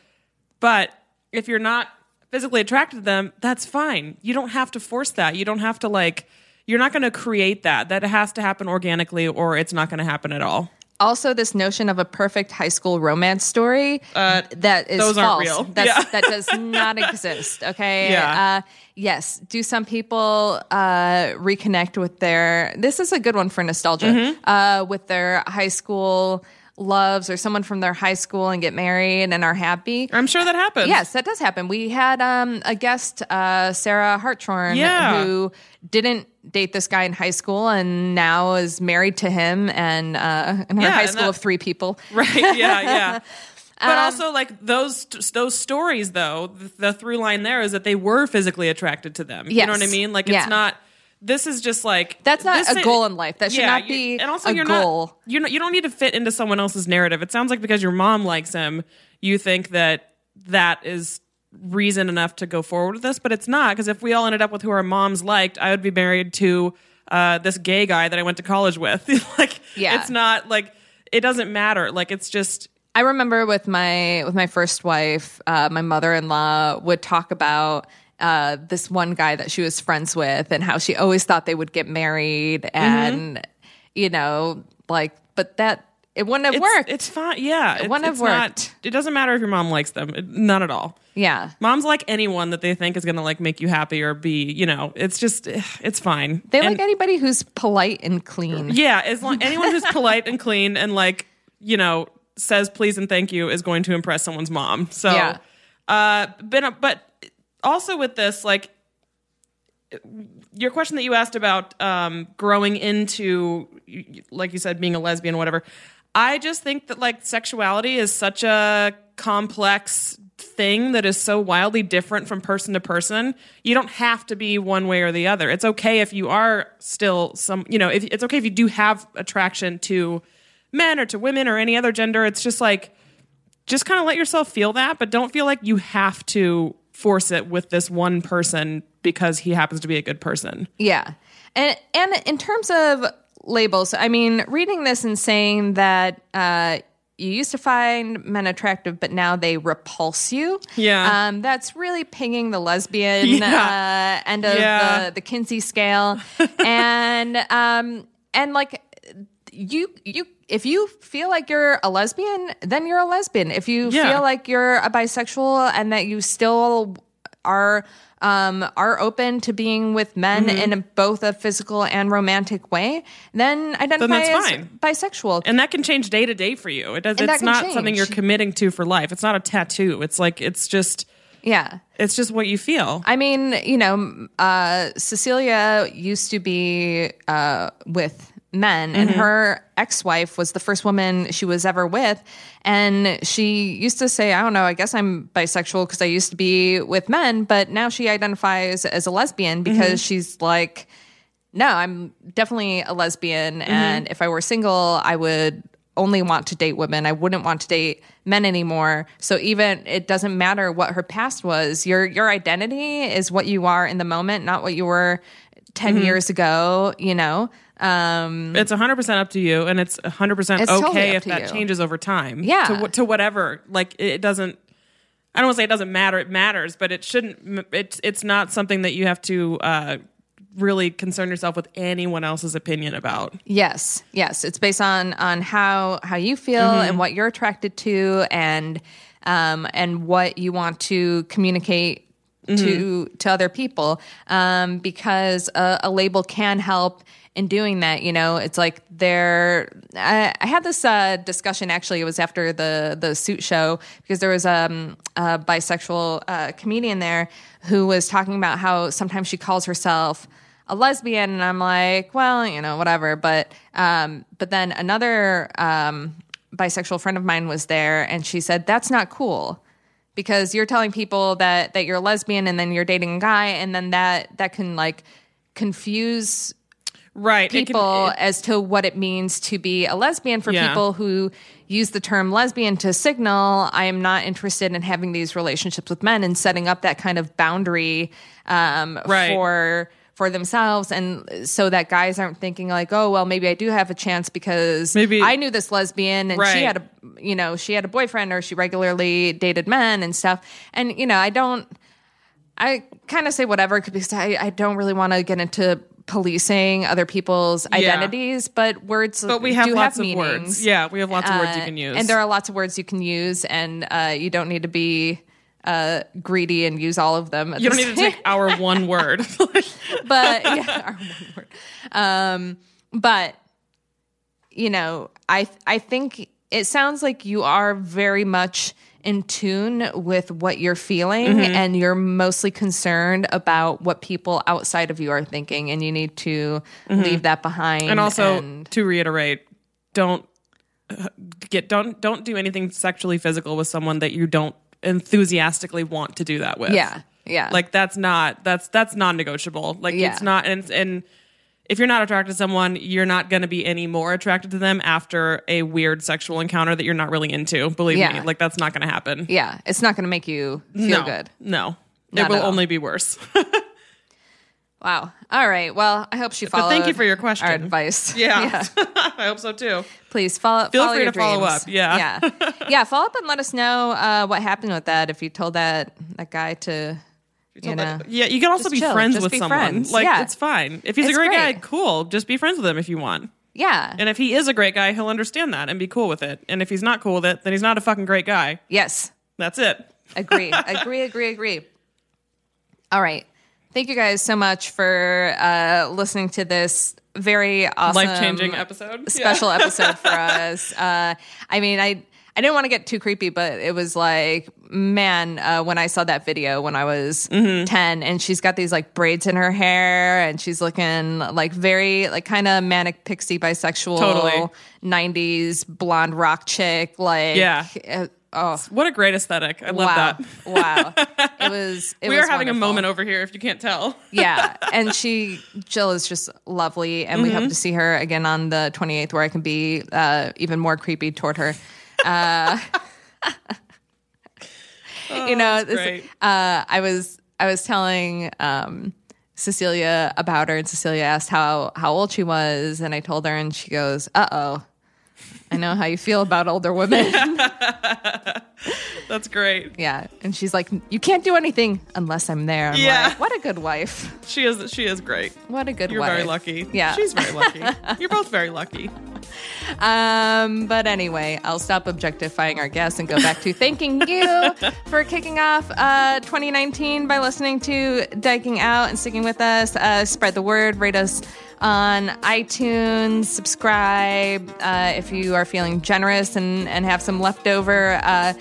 S4: but if you're not physically attracted to them, that's fine. You don't have to force that. You don't have to like. You're not going to create that. That has to happen organically, or it's not going to happen at all.
S3: also this notion of a perfect high school romance story that is
S4: Uh, those aren't
S3: false.
S4: real.
S3: That's,
S4: Yeah.
S3: that does not exist. Okay.
S4: Yeah.
S3: Uh, yes. Do some people uh, reconnect with their? This is a good one for nostalgia.
S4: Mm-hmm.
S3: Uh, with their high school loves or someone from their high school and get married and are happy.
S4: I'm sure that happens.
S3: Yes, that does happen. We had um, a guest, uh, Sarah Hartshorn,
S4: Yeah.
S3: who didn't date this guy in high school and now is married to him and uh, in her
S4: Yeah,
S3: high
S4: and
S3: school
S4: that-
S3: of three people.
S4: Right. Yeah. Yeah. But
S3: Um,
S4: also, like those those stories, though the, the through line there is that they were physically attracted to them. You know what I
S3: Yes.
S4: mean? Like it's
S3: Yeah.
S4: not. This is just like
S3: That's not
S4: this
S3: a
S4: i-
S3: goal in life. That should not
S4: you-
S3: be
S4: and also
S3: a
S4: you're Not,
S3: goal.
S4: you're not, you don't need to fit into someone else's narrative. It sounds like because your mom likes him, you think that that is reason enough to go forward with this, but it's not. Because if we all ended up with who our moms liked, I would be married to uh, this gay guy that I went to college with. like,
S3: Yeah.
S4: it's not like it doesn't matter. Like, it's just
S3: I remember with my with my first wife, uh, my mother in law would talk about uh, this one guy that she was friends with and how she always thought they would get married
S4: Mm-hmm.
S3: and you know like, but that it wouldn't have
S4: it's,
S3: worked.
S4: It's fine. Yeah, it,
S3: wouldn't have
S4: it's not-
S3: worked.
S4: it doesn't matter if your mom likes them. It, not at all.
S3: yeah,
S4: Moms like anyone that they think is going to like make you happy or be, you know, it's just, it's fine.
S3: They
S4: And-
S3: like anybody who's polite and clean.
S4: Yeah, as long anyone who's polite and clean and like you know says please and thank you is going to impress someone's mom. So,
S3: Yeah.
S4: uh, but but also with this, like your question that you asked about um, growing into, like you said, being a lesbian, whatever. I just think that like sexuality is such a complex thing that is so wildly different from person to person. You don't have to be one way or the other. It's okay if you are still some, you know, if it's okay if you do have attraction to men or to women or any other gender. It's just like just kind of let yourself feel that, but don't feel like you have to force it with this one person because he happens to be a good person.
S3: Yeah. And and in terms of labels, I mean, reading this and saying that uh you used to find men attractive, but now they repulse you.
S4: Yeah.
S3: Um, that's really pinging the lesbian
S4: Yeah.
S3: uh, end of
S4: Yeah.
S3: the, the Kinsey scale. and um, and like you you if you feel like you're a lesbian, then you're a lesbian. If you
S4: Yeah.
S3: feel like you're a bisexual and that you still are um, are open to being with men
S4: Mm-hmm.
S3: in both a physical and romantic way, then identify
S4: that's
S3: as
S4: fine.
S3: bisexual.
S4: And that can change day to day for you. It does,
S3: And that
S4: it's
S3: can
S4: not
S3: change.
S4: something you're committing to for life. It's not a tattoo. It's like it's just
S3: yeah.
S4: it's just what you feel.
S3: I mean, you know, uh, Cecilia used to be uh, with men, and her ex wife was the first woman she was ever with. And she used to say, I don't know, I guess I'm bisexual because I used to be with men, but now she identifies as a lesbian because she's like, no, I'm definitely a lesbian. And if I were single, I would only want to date women. I wouldn't want to date men anymore. So even it doesn't matter what her past was. Your your identity is what you are in the moment, not what you were 10 years ago, you know? Um,
S4: it's 100% up to you and it's 100% okay
S3: It's totally up
S4: if
S3: to
S4: that
S3: you.
S4: changes over time
S3: Yeah.
S4: to, wh- to whatever like it, it doesn't i don't want to say it doesn't matter it matters but it shouldn't m- it's it's not something that you have to uh, really concern yourself with anyone else's opinion about
S3: yes. Yes, it's based on on how how you feel and what you're attracted to and um and what you want to communicate to to other people um, because a, a label can help in doing that. You know, it's like there. I, I had this uh, discussion actually. It was after the the suit show because there was um, a bisexual uh, comedian there who was talking about how sometimes she calls herself a lesbian, and I'm like, well, you know, whatever. But um, but then another um, bisexual friend of mine was there, and she said that's not cool because you're telling people that that you're a lesbian and then you're dating a guy and then that that can like confuse
S4: right it can-
S3: people
S4: it-
S3: as to what it means to be a lesbian for
S4: Yeah.
S3: people who use the term lesbian to signal I am not interested in having these relationships with men and setting up that kind of boundary um,
S4: Right.
S3: for for themselves and so that guys aren't thinking like oh well maybe I do have a chance because
S4: Maybe-
S3: I knew this lesbian and
S4: Right.
S3: she had a you know she had a boyfriend or she regularly dated men and stuff and you know I don't I kind of say whatever because I, I don't really want to get into policing other people's identities, but words
S4: But we have
S3: do
S4: lots of
S3: have meanings.
S4: words. Yeah, we have lots of words you
S3: Uh,
S4: can use.
S3: And there are lots of words you can use, and uh, you don't need to be uh, greedy and use all of them. At
S4: you
S3: the
S4: don't need to
S3: same-
S4: take our one word.
S3: but yeah, our one word. Um, but you know, I I think it sounds like you are very much in tune with what you're feeling,
S4: Mm-hmm.
S3: and you're mostly concerned about what people outside of you are thinking, and you need to leave that behind.
S4: Mm-hmm. and also
S3: and-
S4: to reiterate, don't uh, get don't don't do anything sexually physical with someone that you don't enthusiastically want to do that with.
S3: yeah, yeah,
S4: uh, Like that's not that's that's non-negotiable. Like
S3: Yeah.
S4: it's not and and if you're not attracted to someone, you're not going to be any more attracted to them after a weird sexual encounter that you're not really into. Believe
S3: Yeah.
S4: me, like that's not going to happen.
S3: yeah. It's not going to make you feel
S4: no,
S3: good.
S4: No,
S3: Not
S4: it will
S3: at all.
S4: only be worse.
S3: Wow. All right. Well, I hope she
S4: But
S3: followed.
S4: thank you for your
S3: Our
S4: question.
S3: advice.
S4: Yeah, I hope so too.
S3: please follow.
S4: Feel
S3: follow
S4: free
S3: your
S4: to follow
S3: dreams.
S4: up, yeah.
S3: yeah, yeah. Follow up and let us know uh, what happened with that. If you told that that guy to, you, know,
S4: Yeah, you can also
S3: Just
S4: be
S3: chill.
S4: friends
S3: Just
S4: with
S3: be
S4: someone.
S3: friends.
S4: Like
S3: Yeah.
S4: it's fine. If he's
S3: It's
S4: a great, guy,
S3: great.
S4: cool. Just be friends with him if you want.
S3: yeah,
S4: And if he is a great guy, he'll understand that and be cool with it. And if he's not cool with it, then he's not a fucking great guy.
S3: yes,
S4: That's it.
S3: agree, agree, agree, agree. All right, thank you guys so much for uh, listening to this very awesome,
S4: Life changing episode.
S3: special episode for us. Uh, I mean, I I didn't want to get too creepy, but it was like, man, uh, when I saw that video when I was
S4: Mm-hmm.
S3: ten, and she's got these like braids in her hair, and she's looking like very like kind of manic pixie bisexual,
S4: Totally.
S3: '90s blonde rock chick. Like,
S4: Yeah.
S3: uh, oh.
S4: Yeah. What a great aesthetic. I love
S3: Wow!
S4: that.
S3: Wow! It was. It
S4: we
S3: was
S4: are having
S3: wonderful
S4: a moment over here if you can't tell.
S3: yeah and she jill is just lovely and
S4: Mm-hmm.
S3: we hope to see her again on the 28th where i can be uh, even more creepy toward her uh, you know this-
S4: Oh, great.
S3: uh, i was i was telling um, cecilia about her and cecilia asked how how old she was and i told her and she goes uh-oh i know how you feel about older women
S4: That's great.
S3: yeah and she's like you can't do anything unless i'm there I'm
S4: Yeah.
S3: like, what a good wife
S4: She is she is great.
S3: what a good
S4: You're
S3: wife
S4: very lucky.
S3: yeah
S4: She's very lucky. You're both very lucky.
S3: Um, but anyway, I'll stop objectifying our guests and go back to thanking you for kicking off uh, 2019 by listening to Diking Out and sticking with us. Uh, spread the word, rate us on iTunes, subscribe uh, if you are feeling generous and, and have some leftover. Uh,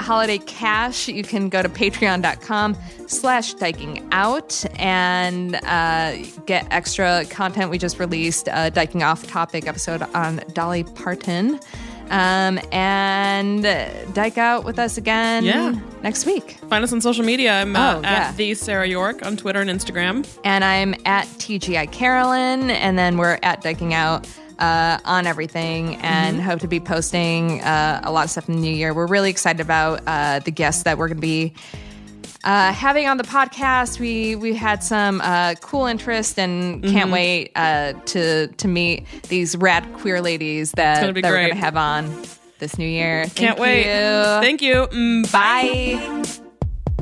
S3: holiday cash you can go to patreon.com slash diking out and uh, get extra content we just released a diking off topic episode on dolly parton um, and uh, dike out with us again
S4: Yeah.
S3: next week
S4: Find us on social media. I'm uh,
S3: Oh, yeah.
S4: at the Sarah York on Twitter and Instagram.
S3: and i'm at tgi carolyn and then we're at diking out uh, on everything and
S4: Mm-hmm.
S3: hope to be posting uh, a lot of stuff in the new year we're really excited about uh, the guests that we're going to be uh, having on the podcast. We we had some uh, cool interest and can't
S4: Mm-hmm.
S3: wait uh, to to meet these rad queer ladies that,
S4: gonna be
S3: that we're going to
S4: great.
S3: have on this new year.
S4: Can't
S3: Thank
S4: wait.
S3: you.
S4: Thank you. Mm,
S3: Bye.